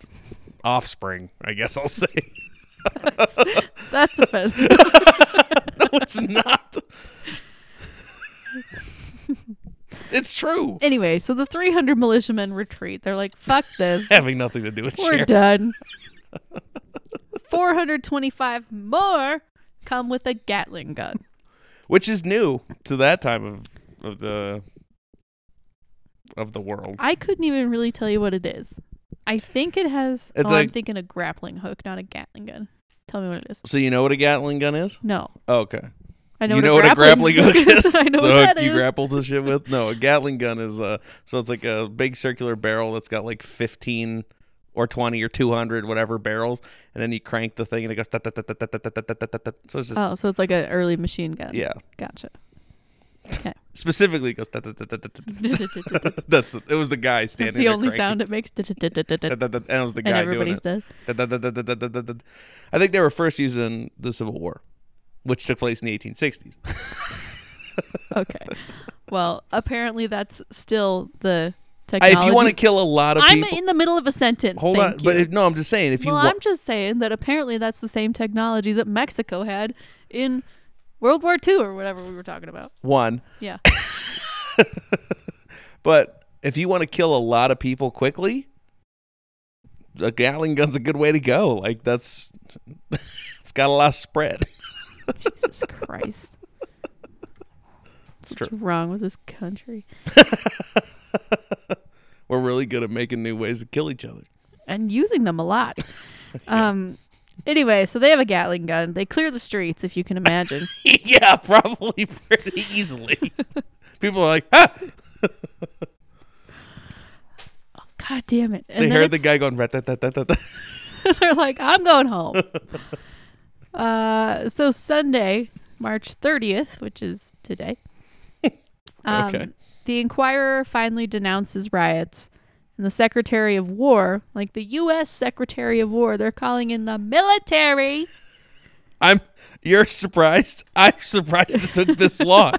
Speaker 1: offspring, I guess I'll say.
Speaker 2: That's, that's offensive.
Speaker 1: no, it's not. it's true.
Speaker 2: Anyway, so the 300 militiamen retreat. They're like, fuck this.
Speaker 1: Having nothing to do with
Speaker 2: We're
Speaker 1: Cher.
Speaker 2: done. 425 more come with a Gatling gun.
Speaker 1: which is new to that time of of the of the world.
Speaker 2: I couldn't even really tell you what it is. I think it has.
Speaker 1: It's
Speaker 2: oh, i I'm
Speaker 1: a-
Speaker 2: thinking a grappling hook, not a Gatling gun. Tell me what it is.
Speaker 1: So you know what a Gatling gun is?
Speaker 2: No,
Speaker 1: Oh, okay.
Speaker 2: I know.
Speaker 1: you
Speaker 2: what
Speaker 1: know
Speaker 2: a
Speaker 1: what a grappling hook is?
Speaker 2: I know
Speaker 1: so
Speaker 2: what that
Speaker 1: you
Speaker 2: is.
Speaker 1: grapple to shit with? No, a Gatling gun is uh so it's like a big circular barrel that's got like 15 or 20 or 200 whatever barrels and then you crank the thing and it goes da, da, da, da, da, da, da, da, da, da, da. so it's just
Speaker 2: oh, so it's like an early machine gun.
Speaker 1: yeah.
Speaker 2: Gotcha.
Speaker 1: Specifically it goes da, da, da, da, da, da.
Speaker 2: That's
Speaker 1: that's it was the guy standing
Speaker 2: the
Speaker 1: there
Speaker 2: only
Speaker 1: cranking.
Speaker 2: sound it makes.
Speaker 1: Da,
Speaker 2: And
Speaker 1: da, da, and it was the guy doing it.
Speaker 2: everybody's dead.
Speaker 1: Da- da- da- da- da- da- da- da- da. I think they were first used in the Civil War, which took place in the 1860s.
Speaker 2: Okay. Well, apparently that's still the
Speaker 1: I-
Speaker 2: technology.
Speaker 1: if you want to kill a lot of
Speaker 2: I'm
Speaker 1: people,
Speaker 2: in the middle of a sentence.
Speaker 1: hold
Speaker 2: thank
Speaker 1: on.
Speaker 2: You.
Speaker 1: But if, no, I'm just saying if
Speaker 2: well,
Speaker 1: you wa-
Speaker 2: I'm just saying that apparently that's the same technology that Mexico had in World War II or whatever we were talking about.
Speaker 1: one,
Speaker 2: Yeah.
Speaker 1: but if you want to kill a lot of people quickly, a Gatling gun's a good way to go. Like that's it's got a lot of spread.
Speaker 2: Jesus Christ.
Speaker 1: It's
Speaker 2: What's
Speaker 1: true.
Speaker 2: wrong with this country?
Speaker 1: We're really good at making new ways to kill each other.
Speaker 2: And using them a lot. Um anyway, so they have a Gatling gun. They clear the streets if you can imagine.
Speaker 1: yeah, probably pretty easily. people are like, ah!
Speaker 2: God damn it. And
Speaker 1: they
Speaker 2: then
Speaker 1: heard the
Speaker 2: it's-
Speaker 1: guy going rat tat tat tat tat.
Speaker 2: they're like, I'm going home. uh, so Sunday, March 30th, which is today, um,
Speaker 1: Okay.
Speaker 2: the Inquirer finally denounces riots. And the Secretary of War, like the U.S. Secretary of War, they're calling in the military.
Speaker 1: I'm you're surprised. I'm surprised it took this long.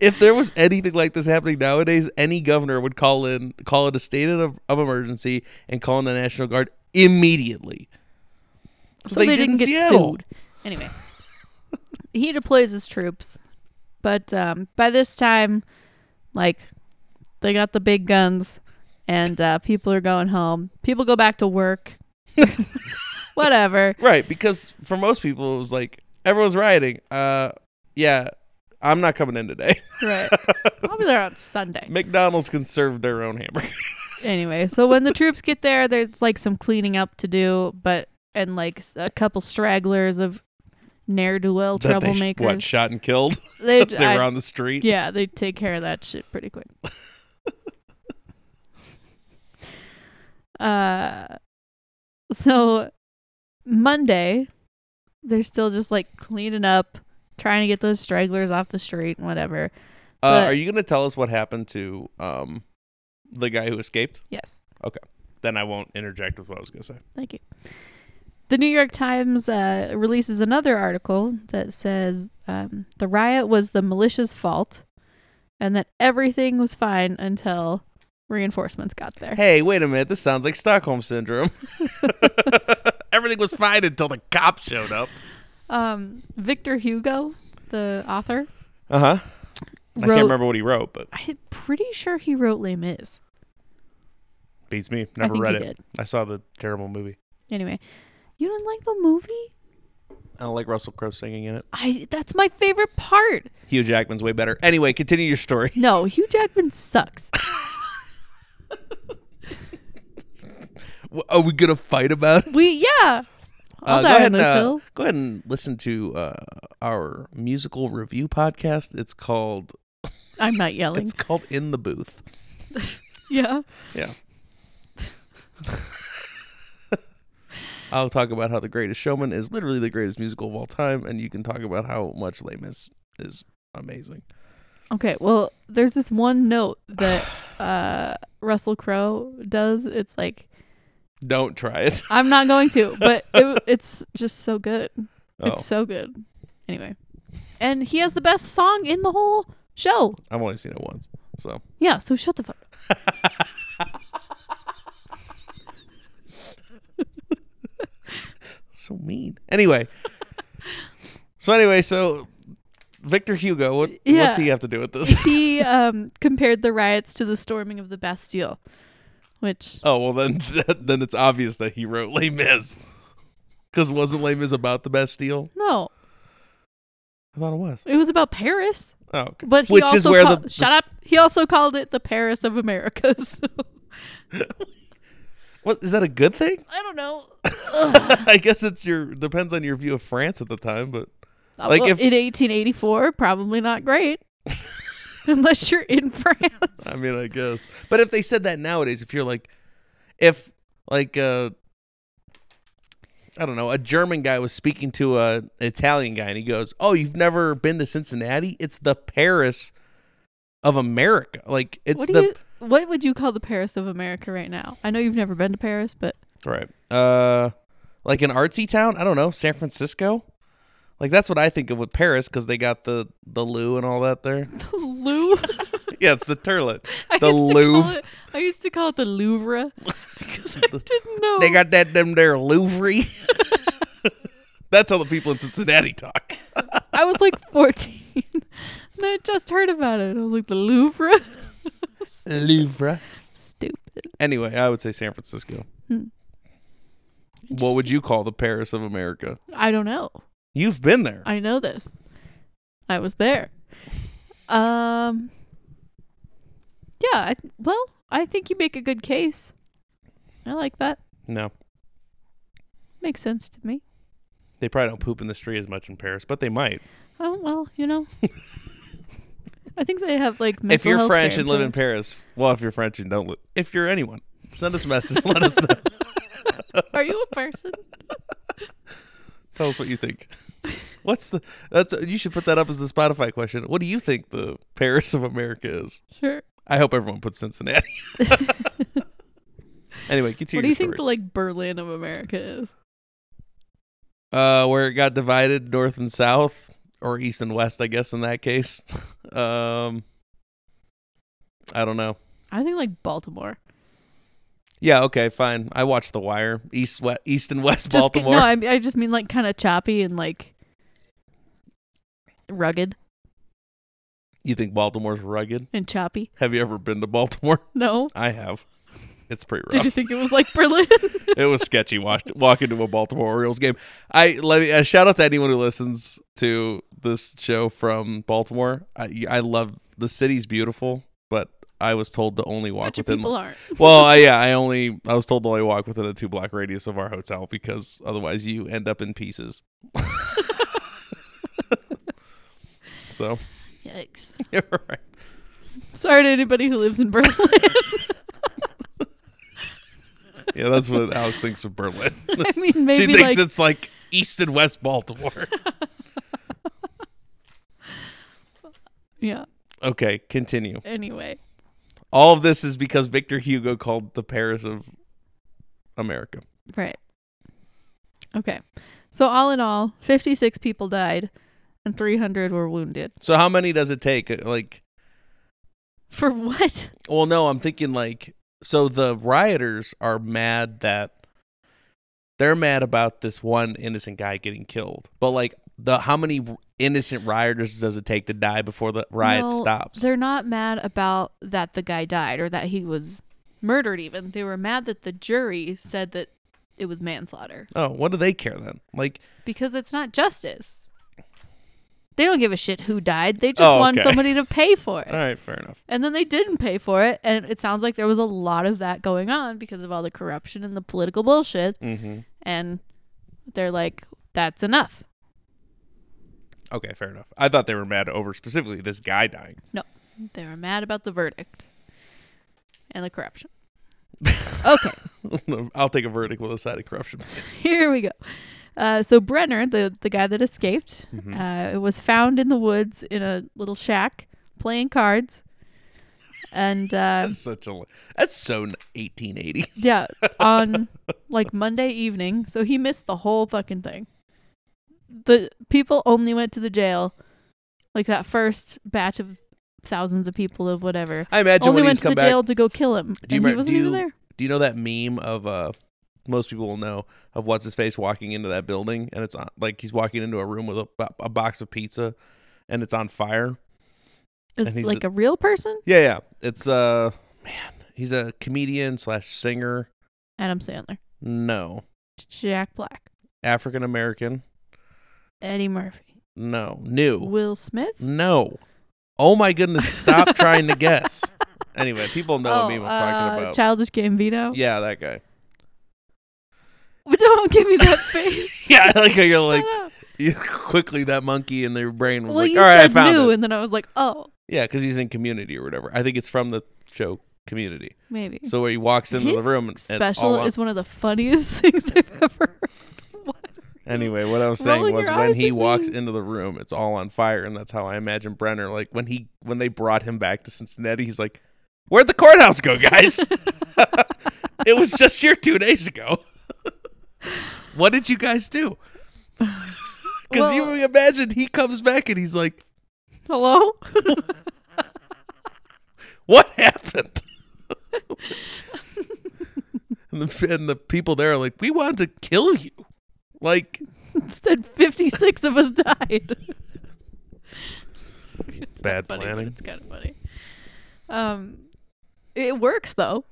Speaker 1: if there was anything like this happening nowadays, any governor would call in call it a state of, of emergency and call in the National Guard immediately.
Speaker 2: so they, didn't get sued. Anyway, he deploys his troops, but um, by this time, like, they got the big guns, and uh, people are going home. People go back to work. Whatever.
Speaker 1: Right, because for most people it was like everyone's rioting. Uh yeah, I'm not coming in today.
Speaker 2: Right. I'll be there on Sunday.
Speaker 1: McDonald's can serve their own hamburger.
Speaker 2: Anyway, so when the troops get there, there's like some cleaning up to do, but and like s- a couple stragglers of ne'er do well
Speaker 1: That they sh-
Speaker 2: troublemakers.
Speaker 1: what, shot and killed?
Speaker 2: They,
Speaker 1: They
Speaker 2: I-
Speaker 1: were on the street.
Speaker 2: Yeah, they take care of that shit pretty quick. uh, so Monday, they're still just like cleaning up, trying to get those stragglers off the street and whatever.
Speaker 1: Uh,
Speaker 2: but-
Speaker 1: are you going to tell us what happened to um, the guy who escaped?
Speaker 2: Yes,
Speaker 1: Then I won't interject with what I was going to say.
Speaker 2: thank you. The New York Times uh, releases another article that says um, the riot was the militia's fault, and that everything was fine until reinforcements got there.
Speaker 1: Hey, wait a minute. This sounds like Stockholm Syndrome. Everything was fine until the cop showed up.
Speaker 2: um, Victor Hugo, the author,
Speaker 1: Uh huh. I
Speaker 2: Wrote-
Speaker 1: can't remember what he wrote, but
Speaker 2: I'm pretty sure he wrote Les Mis.
Speaker 1: beats me. Never
Speaker 2: think
Speaker 1: read
Speaker 2: he
Speaker 1: it.
Speaker 2: did.
Speaker 1: I saw the terrible movie.
Speaker 2: Anyway, you didn't like the movie?
Speaker 1: I don't like Russell Crowe singing in it.
Speaker 2: I that's my favorite part.
Speaker 1: Hugh Jackman's way better. Anyway, continue your story.
Speaker 2: No, Hugh Jackman sucks.
Speaker 1: W- Are we gonna fight about? It?
Speaker 2: We yeah. I'll
Speaker 1: Uh,
Speaker 2: die on
Speaker 1: and
Speaker 2: this
Speaker 1: uh,
Speaker 2: hill.
Speaker 1: go ahead and listen to uh, our musical review podcast. It's called
Speaker 2: I'm not yelling.
Speaker 1: It's called In the Booth.
Speaker 2: Yeah.
Speaker 1: Yeah. I'll talk about how The Greatest Showman is literally the greatest musical of all time, and you can talk about how much Lame is is amazing.
Speaker 2: Okay, well, there's this one note that uh, Russell Crowe does. It's like
Speaker 1: Don't try it.
Speaker 2: I'm not going to, but it, it's just so good.
Speaker 1: Oh,
Speaker 2: It's so good. Anyway, and he has the best song in the whole show.
Speaker 1: I've only seen it once. So
Speaker 2: Yeah, so shut the fuck. up.
Speaker 1: so mean. Anyway. so anyway, so Victor Hugo, what
Speaker 2: Yeah.
Speaker 1: what's he have to do with this?
Speaker 2: He um, compared the riots to the storming of the Bastille, which
Speaker 1: oh well, then then it's obvious that he wrote Les Mis. Because wasn't Les Mis about the Bastille?
Speaker 2: no,
Speaker 1: I thought it was.
Speaker 2: it was about Paris.
Speaker 1: Oh, okay.
Speaker 2: But he
Speaker 1: Which
Speaker 2: also
Speaker 1: is where
Speaker 2: call-
Speaker 1: the
Speaker 2: shut up. He also called it the Paris of America. So
Speaker 1: What is that a good thing?
Speaker 2: I don't know.
Speaker 1: I guess it's your depends on your view of France at the time, but Like
Speaker 2: Like
Speaker 1: if-
Speaker 2: in 1884, probably not great, unless you're in France.
Speaker 1: I mean, I guess. But if they said that nowadays, if you're like, if like, uh, I don't know, a German guy was speaking to a Italian guy, and he goes, "Oh, you've never been to Cincinnati? It's the Paris of America. Like it's
Speaker 2: what do
Speaker 1: the
Speaker 2: you? What would you call the Paris of America right now? I know you've never been to Paris, but
Speaker 1: right, uh, like an artsy town. I don't know, San Francisco." Like that's what I think of with Paris because they got the the Lou and all that there.
Speaker 2: the Louvre.
Speaker 1: Yeah, it's the turlet.
Speaker 2: I
Speaker 1: The
Speaker 2: used to call
Speaker 1: Louvre.
Speaker 2: it- I used to call it the Louvre because I didn't know.
Speaker 1: They got that them there Louvre. That's how the people in Cincinnati talk.
Speaker 2: I was like 14, and I just heard about it. I was like the Louvre.
Speaker 1: Louvre.
Speaker 2: Stupid.
Speaker 1: Anyway, I would say San Francisco.
Speaker 2: Hmm.
Speaker 1: What would you call the Paris of America?
Speaker 2: I don't know.
Speaker 1: You've been there.
Speaker 2: I know this. I was there. Um. Yeah. I, th- well, I think you make a good case. I like that.
Speaker 1: no,
Speaker 2: Makes sense to me.
Speaker 1: they probably don't poop in the street as much in Paris, but they might.
Speaker 2: Oh well, you know. I think they have like. Mental
Speaker 1: if you're
Speaker 2: health
Speaker 1: French
Speaker 2: care
Speaker 1: and live in
Speaker 2: plans.
Speaker 1: Paris, well, if you're French and don't live, if you're anyone, send us a message. and let us know.
Speaker 2: are you a person?
Speaker 1: Tell us what you think. What's the? That's you should put that up as the Spotify question. What do you think the Paris of America is?
Speaker 2: Sure.
Speaker 1: I hope everyone puts Cincinnati. anyway, continue.
Speaker 2: what do you
Speaker 1: your story.
Speaker 2: think the like Berlin of America is?
Speaker 1: uh, where it got divided, north and south, or east and west, I guess in that case. um, I don't know.
Speaker 2: I think like Baltimore.
Speaker 1: Yeah, okay, fine. I watched The Wire, east, west, east and west
Speaker 2: Just ki-
Speaker 1: Baltimore.
Speaker 2: no, I, mean- I just mean like kind of choppy and like rugged
Speaker 1: you think Baltimore's rugged?
Speaker 2: and choppy.
Speaker 1: Have you ever been to Baltimore?
Speaker 2: No.
Speaker 1: I have. It's pretty rough.
Speaker 2: Did you think it was like Berlin?
Speaker 1: it was sketchy watch, walking to a Baltimore Orioles game. I let me uh, shout out to anyone who listens to this show from Baltimore. I, I love the city's beautiful, but I was told to only walk
Speaker 2: Bunch of
Speaker 1: within.
Speaker 2: people aren't.
Speaker 1: well, I, yeah, I only I was told to only walk within a two block radius of our hotel because otherwise you end up in pieces. so
Speaker 2: Yikes.
Speaker 1: you're right.
Speaker 2: Sorry to anybody who lives in Berlin.
Speaker 1: Yeah, that's what Alex thinks of Berlin.
Speaker 2: I mean, maybe
Speaker 1: she thinks
Speaker 2: like
Speaker 1: it's like East and West Baltimore.
Speaker 2: yeah.
Speaker 1: okay, continue.
Speaker 2: Anyway,
Speaker 1: All of this is because Victor Hugo called the Paris of America.
Speaker 2: right. Okay. So all in all, 56 people died and 300 were wounded.
Speaker 1: So how many does it take? Uh, Like,
Speaker 2: For what?
Speaker 1: well, no, I'm thinking like, so the rioters are mad that they're mad about this one innocent guy getting killed. But like, the how many innocent rioters does it take to die before the riot
Speaker 2: No,
Speaker 1: stops?
Speaker 2: They're not mad about that the guy died or that he was murdered even. They were mad that the jury said that it was manslaughter
Speaker 1: Oh, what do they care then? Like,
Speaker 2: because it's not justice. They don't give a shit who died. They just
Speaker 1: Oh,
Speaker 2: want
Speaker 1: okay.
Speaker 2: somebody to pay for it.
Speaker 1: all right, fair enough.
Speaker 2: And then they didn't pay for it. And it sounds like there was a lot of that going on because of all the corruption and the political bullshit.
Speaker 1: Mm-hmm.
Speaker 2: And they're like, that's enough.
Speaker 1: Okay, fair enough. I thought they were mad over specifically this guy dying.
Speaker 2: They were mad about the verdict and the corruption. okay,
Speaker 1: I'll take a verdict with a side of corruption.
Speaker 2: here we go. Uh, so
Speaker 1: Mm-hmm.
Speaker 2: Brenner, the, the guy that escaped, uh, was found in the woods in a little shack playing cards, and uh,
Speaker 1: That's such a. That's so 1880s.
Speaker 2: yeah, on like Monday evening. So he missed the whole fucking thing. The people only went to the jail, like that first batch of thousands of people of whatever.
Speaker 1: I imagine
Speaker 2: only
Speaker 1: when
Speaker 2: went
Speaker 1: he's
Speaker 2: to
Speaker 1: come
Speaker 2: the
Speaker 1: back.
Speaker 2: jail to go kill him,
Speaker 1: Do you
Speaker 2: and
Speaker 1: remem-
Speaker 2: he wasn't
Speaker 1: do
Speaker 2: even
Speaker 1: you-
Speaker 2: there.
Speaker 1: Do you know that meme of uh? Most people will know of what's his face walking into that building, and it's on like he's walking into a room with a, bo- a box of pizza, and it's on fire.
Speaker 2: Is
Speaker 1: and he's
Speaker 2: like a real person?
Speaker 1: Yeah, yeah. It's uh, man, he's a comedian slash singer.
Speaker 2: Adam Sandler,
Speaker 1: No,
Speaker 2: Jack Black,
Speaker 1: African American.
Speaker 2: Eddie Murphy,
Speaker 1: No, new.
Speaker 2: Will Smith.
Speaker 1: No. Oh my goodness! Stop trying to guess. Anyway, people know what meme I'm talking
Speaker 2: uh,
Speaker 1: about.
Speaker 2: Childish Gambino.
Speaker 1: yeah, that guy.
Speaker 2: But don't give me that face.
Speaker 1: Yeah, I like how you're like
Speaker 2: Shut up.
Speaker 1: you, quickly that monkey in their brain was
Speaker 2: well,
Speaker 1: like,
Speaker 2: you
Speaker 1: all right, I
Speaker 2: said
Speaker 1: found
Speaker 2: new,
Speaker 1: it.
Speaker 2: and then I was like, oh,
Speaker 1: Yeah, because he's in Community or whatever. I think it's from the show Community.
Speaker 2: maybe.
Speaker 1: So where he walks into
Speaker 2: His
Speaker 1: the room, and it's all
Speaker 2: Special
Speaker 1: on-
Speaker 2: is one of the funniest things I've ever. Heard. What?
Speaker 1: Anyway, what I was saying
Speaker 2: Rolling
Speaker 1: was
Speaker 2: your
Speaker 1: when
Speaker 2: eyes
Speaker 1: he
Speaker 2: at
Speaker 1: walks
Speaker 2: me.
Speaker 1: into the room, it's all on fire, and that's how I imagine Brenner. Like when he when they brought him back to Cincinnati, he's like, "Where'd the courthouse go, guys? it was just here two days ago. what did you guys do?" Because
Speaker 2: Well-
Speaker 1: you imagine he comes back and he's like,
Speaker 2: Hello.
Speaker 1: "What happened?" and, the, and the people there are like, "We wanted to kill you." Like
Speaker 2: Instead, fifty-six of us died. it's not
Speaker 1: Bad
Speaker 2: funny, but
Speaker 1: planning.
Speaker 2: It's kind of funny. Um, it works though.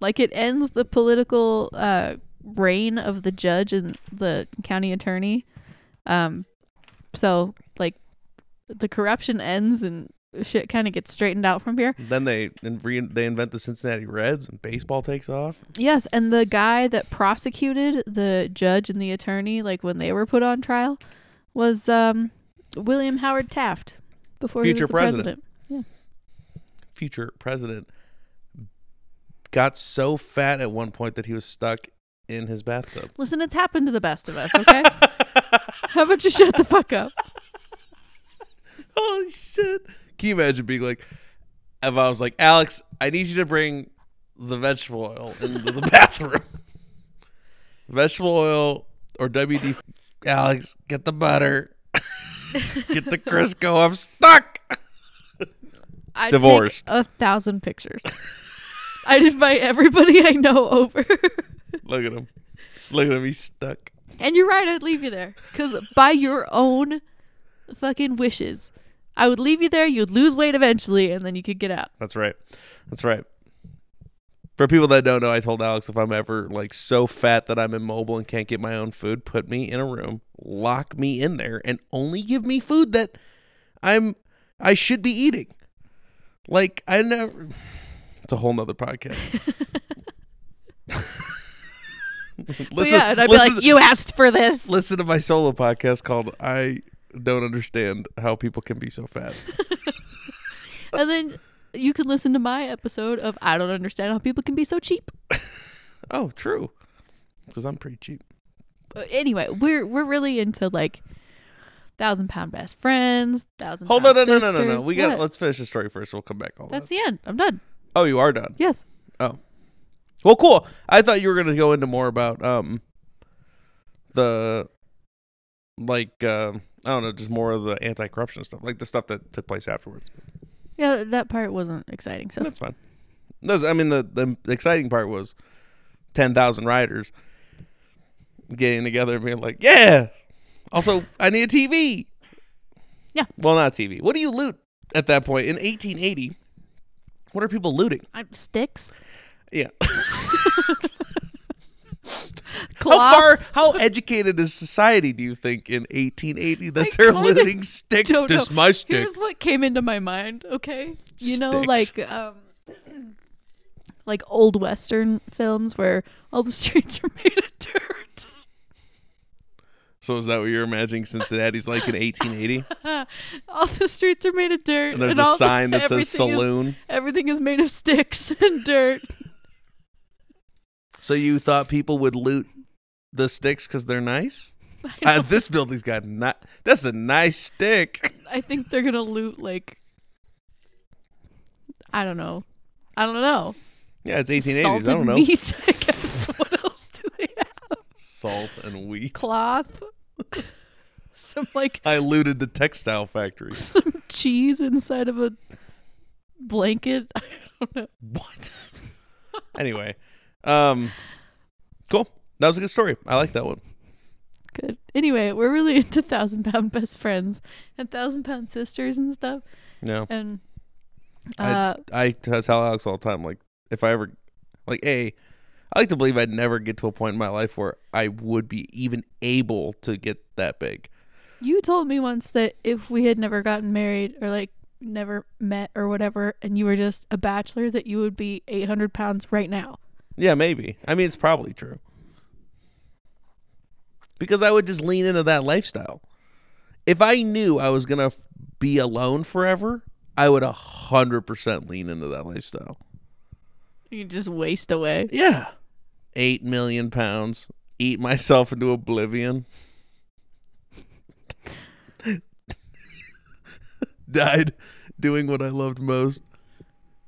Speaker 2: Like it ends the political uh reign of the judge and the county attorney. Um, so like the corruption ends and shit kind of gets straightened out from here.
Speaker 1: then they and re- they invent the Cincinnati Reds, and baseball takes off.
Speaker 2: Yes, and the guy that prosecuted the judge and the attorney, like when they were put on trial, was um, William Howard Taft before he
Speaker 1: Future
Speaker 2: was the
Speaker 1: president.
Speaker 2: president.
Speaker 1: future president got so fat at one point that he was stuck in his bathtub.
Speaker 2: Listen, it's happened to the best of us. Okay, how about you shut the fuck up?
Speaker 1: Holy shit. Can you imagine being like, if I was like, Alex, I need you to bring the vegetable oil into the bathroom. vegetable oil or WD. Alex, get the butter. get the Crisco. I'm stuck.
Speaker 2: I
Speaker 1: Divorced.
Speaker 2: Take a thousand pictures. I'd invite everybody I know over.
Speaker 1: Look at him. Look at him. He's stuck.
Speaker 2: and you're right. I'd leave you there because by your own fucking wishes, I would leave you there. You'd lose weight eventually, and then you could get out.
Speaker 1: That's right. That's right. For people that don't know, I told Alex if I'm ever like so fat that I'm immobile and can't get my own food, put me in a room, lock me in there, and only give me food that I'm I should be eating. Like I never. It's a whole nother podcast. listen,
Speaker 2: But yeah, and I'd
Speaker 1: listen,
Speaker 2: be like, you asked for this.
Speaker 1: listen to my solo podcast called "I Don't Understand How People Can Be So Fat."
Speaker 2: and then you can listen to my episode of I don't understand how people can be so cheap.
Speaker 1: oh, true. Because I'm pretty cheap.
Speaker 2: But Uh, anyway, we're we're really into like thousand pound best friends, thousand.
Speaker 1: Hold on,
Speaker 2: pound
Speaker 1: Oh, no, no, no, no, no.
Speaker 2: sisters.
Speaker 1: We got.
Speaker 2: What?
Speaker 1: Let's finish the story first. We'll come back. All
Speaker 2: That's
Speaker 1: that.
Speaker 2: the end. I'm done.
Speaker 1: Oh, you are done.
Speaker 2: Yes.
Speaker 1: Well, cool. I thought you were gonna go into more about um the like uh, I don't know, just more of the anti-corruption stuff, like the stuff that took place afterwards.
Speaker 2: Yeah, that part wasn't exciting. So
Speaker 1: That's fine. That's, I mean, the the exciting part was ten thousand riders getting together and being like, "Yeah." Also, I need a TV.
Speaker 2: Yeah.
Speaker 1: Well, not TV. What do you loot at that point in 1880? What are people looting?
Speaker 2: I'm sticks.
Speaker 1: Yeah.
Speaker 2: Cloth.
Speaker 1: How far? How educated is society? Do you think in 1880 that
Speaker 2: I
Speaker 1: they're
Speaker 2: kinda
Speaker 1: looting stick?
Speaker 2: don't
Speaker 1: This
Speaker 2: know.
Speaker 1: my stick.
Speaker 2: Here's what came into my mind. Okay, you know,
Speaker 1: Sticks.
Speaker 2: like um, like old western films where all the streets are made of dirt.
Speaker 1: so is that what you're imagining Cincinnati's like in 1880?
Speaker 2: all the streets are made of dirt.
Speaker 1: And there's
Speaker 2: and
Speaker 1: a
Speaker 2: all the-
Speaker 1: sign that says
Speaker 2: everything is-
Speaker 1: saloon.
Speaker 2: everything is made of sticks and dirt.
Speaker 1: so you thought people would loot the sticks because they're nice?
Speaker 2: I,
Speaker 1: Uh, this building's got not. That's a nice stick.
Speaker 2: I think they're gonna loot like I don't know. I don't know.
Speaker 1: Yeah, it's 1880s. I
Speaker 2: Salted
Speaker 1: don't know.
Speaker 2: Meat, I guess. what else do they have?
Speaker 1: Salt and wheat.
Speaker 2: Cloth. Some like
Speaker 1: I looted the textile factory.
Speaker 2: some cheese inside of a blanket. I don't know.
Speaker 1: What? anyway, um, cool. That was a good story. I like that one.
Speaker 2: Good. Anyway, we're really into thousand pound best friends and thousand pound sisters and stuff.
Speaker 1: No,
Speaker 2: And
Speaker 1: I-
Speaker 2: uh,
Speaker 1: I t- tell Alex all the time, like if I ever, like, a, I like to believe I'd never get to a point in my life where I would be even able to get that big.
Speaker 2: you told me once that if we had never gotten married or like never met or whatever, and you were just a bachelor, that you would be 800 pounds right now.
Speaker 1: Yeah, maybe. I mean, it's probably true. Because I would just lean into that lifestyle. If I knew I was gonna f- be alone forever, I would a hundred percent lean into that lifestyle.
Speaker 2: You just waste away.
Speaker 1: Yeah. Eight million pounds. Eat myself into oblivion. Died doing what I loved most.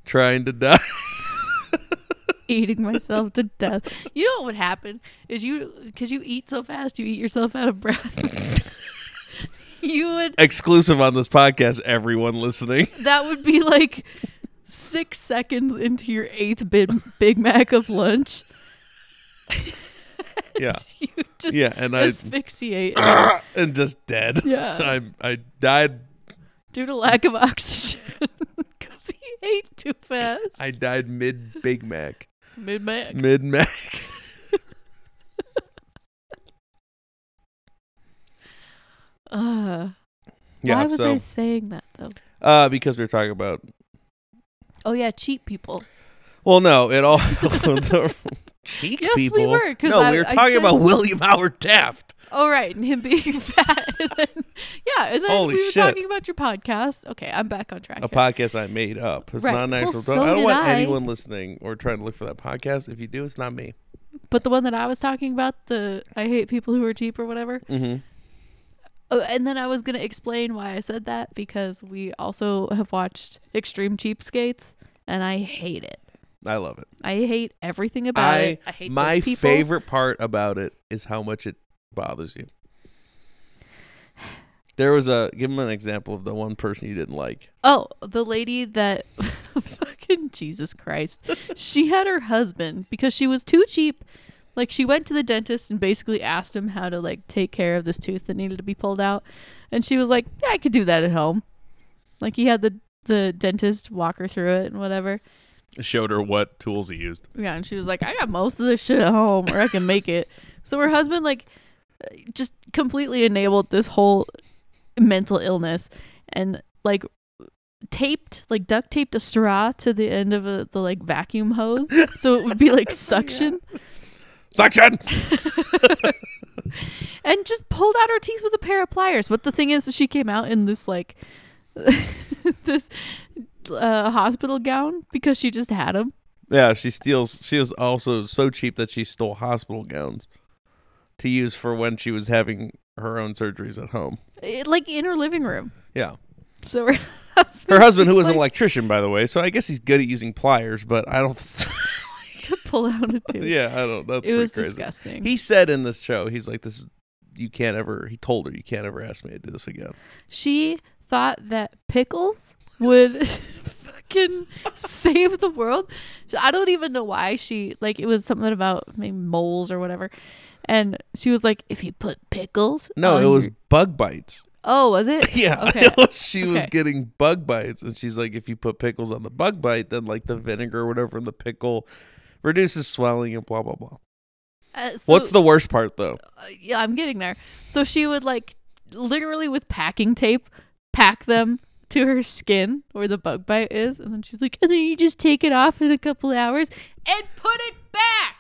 Speaker 1: Trying to die.
Speaker 2: eating myself to death. You know what would happen is you because you eat so fast, you eat yourself out of breath. you would
Speaker 1: Exclusive on this podcast, everyone listening.
Speaker 2: that would be like six seconds into your eighth big Big Mac of lunch.
Speaker 1: Yeah.
Speaker 2: You would just
Speaker 1: Yeah, and I
Speaker 2: asphyxiate
Speaker 1: and just dead.
Speaker 2: Yeah.
Speaker 1: I'm I died
Speaker 2: due to lack of oxygen because he ate too fast.
Speaker 1: I Mm. died mid Big Mac.
Speaker 2: Mid Mac.
Speaker 1: Mid Mac.
Speaker 2: Uh,
Speaker 1: Yeah,
Speaker 2: why was
Speaker 1: so
Speaker 2: I saying that though?
Speaker 1: uh because we are talking about
Speaker 2: Oh yeah, cheap people.
Speaker 1: well no, it all cheek
Speaker 2: Yes, we
Speaker 1: people.
Speaker 2: were, 'cause
Speaker 1: No,
Speaker 2: I-
Speaker 1: we were
Speaker 2: I
Speaker 1: talking
Speaker 2: said-
Speaker 1: about William Howard Taft.
Speaker 2: Oh right, and him being fat. and then, yeah, and then
Speaker 1: Holy
Speaker 2: we were
Speaker 1: shit.
Speaker 2: talking about your podcast. Okay, I'm back on track.
Speaker 1: a
Speaker 2: here.
Speaker 1: podcast I made up. It's
Speaker 2: Right.
Speaker 1: not an
Speaker 2: Well,
Speaker 1: actual.
Speaker 2: so
Speaker 1: I don't
Speaker 2: did
Speaker 1: want
Speaker 2: I.
Speaker 1: anyone listening or trying to look for that podcast. If you do, it's not me.
Speaker 2: but the one that I was talking about, the I hate people who are cheap or whatever.
Speaker 1: Mm-hmm.
Speaker 2: Oh, and then I was gonna explain why I said that because we also have watched Extreme Cheapskates, and I hate it.
Speaker 1: I love it.
Speaker 2: I hate everything about
Speaker 1: I,
Speaker 2: it. I hate
Speaker 1: my
Speaker 2: those people.
Speaker 1: favorite part about it is how much it bothers you. There was a give him an example of the one person you didn't like.
Speaker 2: Oh, the lady that fucking Jesus Christ. She had her husband because she was too cheap. Like she went to the dentist and basically asked him how to like take care of this tooth that needed to be pulled out. And she was like, "Yeah, I could do that at home." Like he had the the dentist walk her through it and whatever.
Speaker 3: Showed her what tools he used.
Speaker 2: Yeah, and she was like, "I got most of this shit at home or I can make it." So her husband like just completely enabled this whole mental illness and like taped like duct taped a straw to the end of a, the like vacuum hose so it would be like suction
Speaker 1: Suction.
Speaker 2: and just pulled out her teeth with a pair of pliers but the thing is she came out in this like this uh, hospital gown because she just had them
Speaker 1: Yeah, she steals. She was also so cheap that she stole hospital gowns to use for when she was having her own surgeries at home.
Speaker 2: it, eh, like in her living room
Speaker 1: Yeah.
Speaker 2: so her husband,
Speaker 1: Her husband, who was
Speaker 2: like,
Speaker 1: an electrician, by the way, so I guess he's good at using pliers, but I don't.
Speaker 2: to pull out a tooth
Speaker 1: yeah, I don't. That's
Speaker 2: it
Speaker 1: pretty
Speaker 2: was
Speaker 1: crazy.
Speaker 2: disgusting
Speaker 1: He said in this show, he's like, "This is you can't ever." He told her, "You can't ever ask me to do this again."
Speaker 2: she thought that pickles would fucking save the world. So I don't even know why she like it was something about maybe moles or whatever. And she was like, if you put pickles,
Speaker 1: No,
Speaker 2: on
Speaker 1: it was
Speaker 2: your-"
Speaker 1: bug bites.
Speaker 2: oh, was it?
Speaker 1: Yeah,
Speaker 2: Okay.
Speaker 1: it was- she was
Speaker 2: Okay.
Speaker 1: getting bug bites, and she's like, "If you put pickles on the bug bite, then like the vinegar or whatever in the pickle reduces swelling and blah blah blah."
Speaker 2: Uh, so,
Speaker 1: What's the worst part though?
Speaker 2: uh, yeah, I'm getting there. So she would like literally with packing tape pack them to her skin where the bug bite is, and then she's like, and then you just take it off in a couple hours and put it back.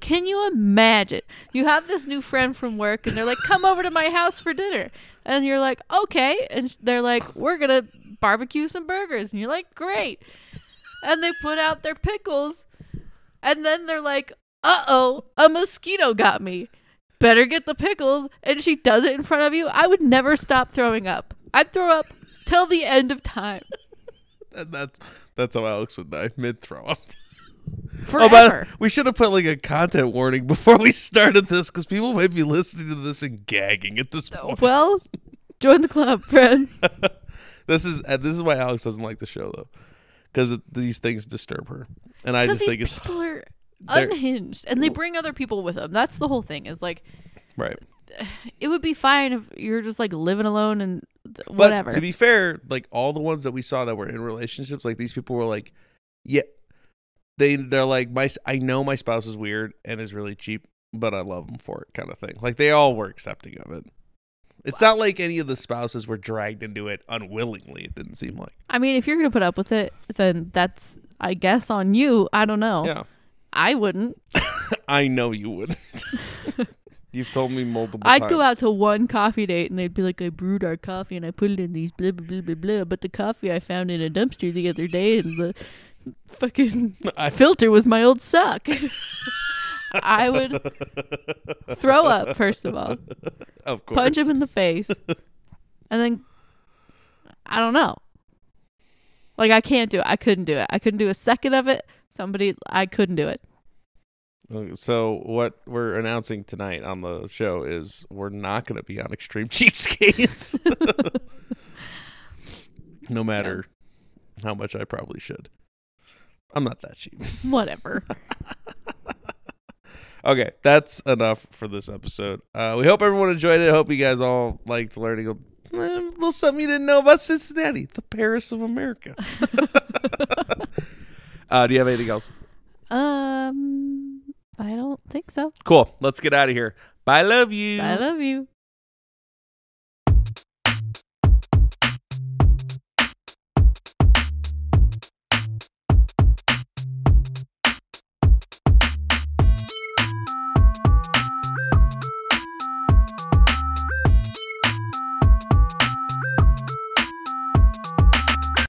Speaker 2: Can you imagine? You have this new friend from work, and they're like, come over to my house for dinner. And you're like, okay. And sh- they're like, we're going to barbecue some burgers. And you're like, great. And they put out their pickles. And then they're like, uh oh, a mosquito got me. Better get the pickles. And she
Speaker 1: Oh,
Speaker 2: does it in front of you. I would never stop throwing up. I'd throw up till the end of time.
Speaker 3: That- that's that's how Alex would die mid throw up.
Speaker 2: Forever.
Speaker 1: Oh, by the- we should have put like a content warning before we started this because people might be listening to this and gagging at this point.
Speaker 2: well, join the club, friend.
Speaker 1: this is uh, this is why Alex doesn't like the show though, because these things disturb her, and I
Speaker 2: Because
Speaker 1: just
Speaker 2: these
Speaker 1: think it's
Speaker 2: people are
Speaker 1: they're-
Speaker 2: unhinged, and they bring other people with them. That's the whole thing. Is like
Speaker 1: right.
Speaker 2: it would be fine if you're just like living alone and th-
Speaker 1: But
Speaker 2: whatever.
Speaker 1: to be fair, like all the ones that we saw that were in relationships, like these people were like, yeah, they they're like my s- I know my spouse is weird and is really cheap, but I love him for it kind of thing. Like they all were accepting of it. It's not like any of the spouses were dragged into it unwillingly. It didn't seem like.
Speaker 2: I mean, if you're gonna put up with it, then that's I guess on you. I don't know.
Speaker 1: Yeah,
Speaker 2: I wouldn't.
Speaker 1: I know you wouldn't. You've told me multiple.
Speaker 2: I'd
Speaker 1: times.
Speaker 2: go out to one coffee date and they'd be like, I brewed our coffee and I put it in these blah, blah, blah, blah, blah. But the coffee I found in a dumpster the other day and the fucking
Speaker 1: I-
Speaker 2: filter was my old sock. I would throw up, first of all,
Speaker 1: Of course.
Speaker 2: punch him in the face. And then, I don't know. Like, I can't do it. I couldn't do it. I couldn't do a second of it. Somebody, I couldn't do it.
Speaker 1: Okay, So what we're announcing tonight on the show is we're not going to be on Extreme Cheapskates, no matter how much I probably should. I'm not that cheap.
Speaker 2: Whatever.
Speaker 1: Okay, that's enough for this episode. Uh, we hope everyone enjoyed it. hope you guys all liked learning a eh, little something you didn't know about Cincinnati, the Paris of America. uh, do you have anything else?
Speaker 2: um, I don't think so.
Speaker 1: Cool. Let's get out of here. Bye. Love you.
Speaker 2: I love you.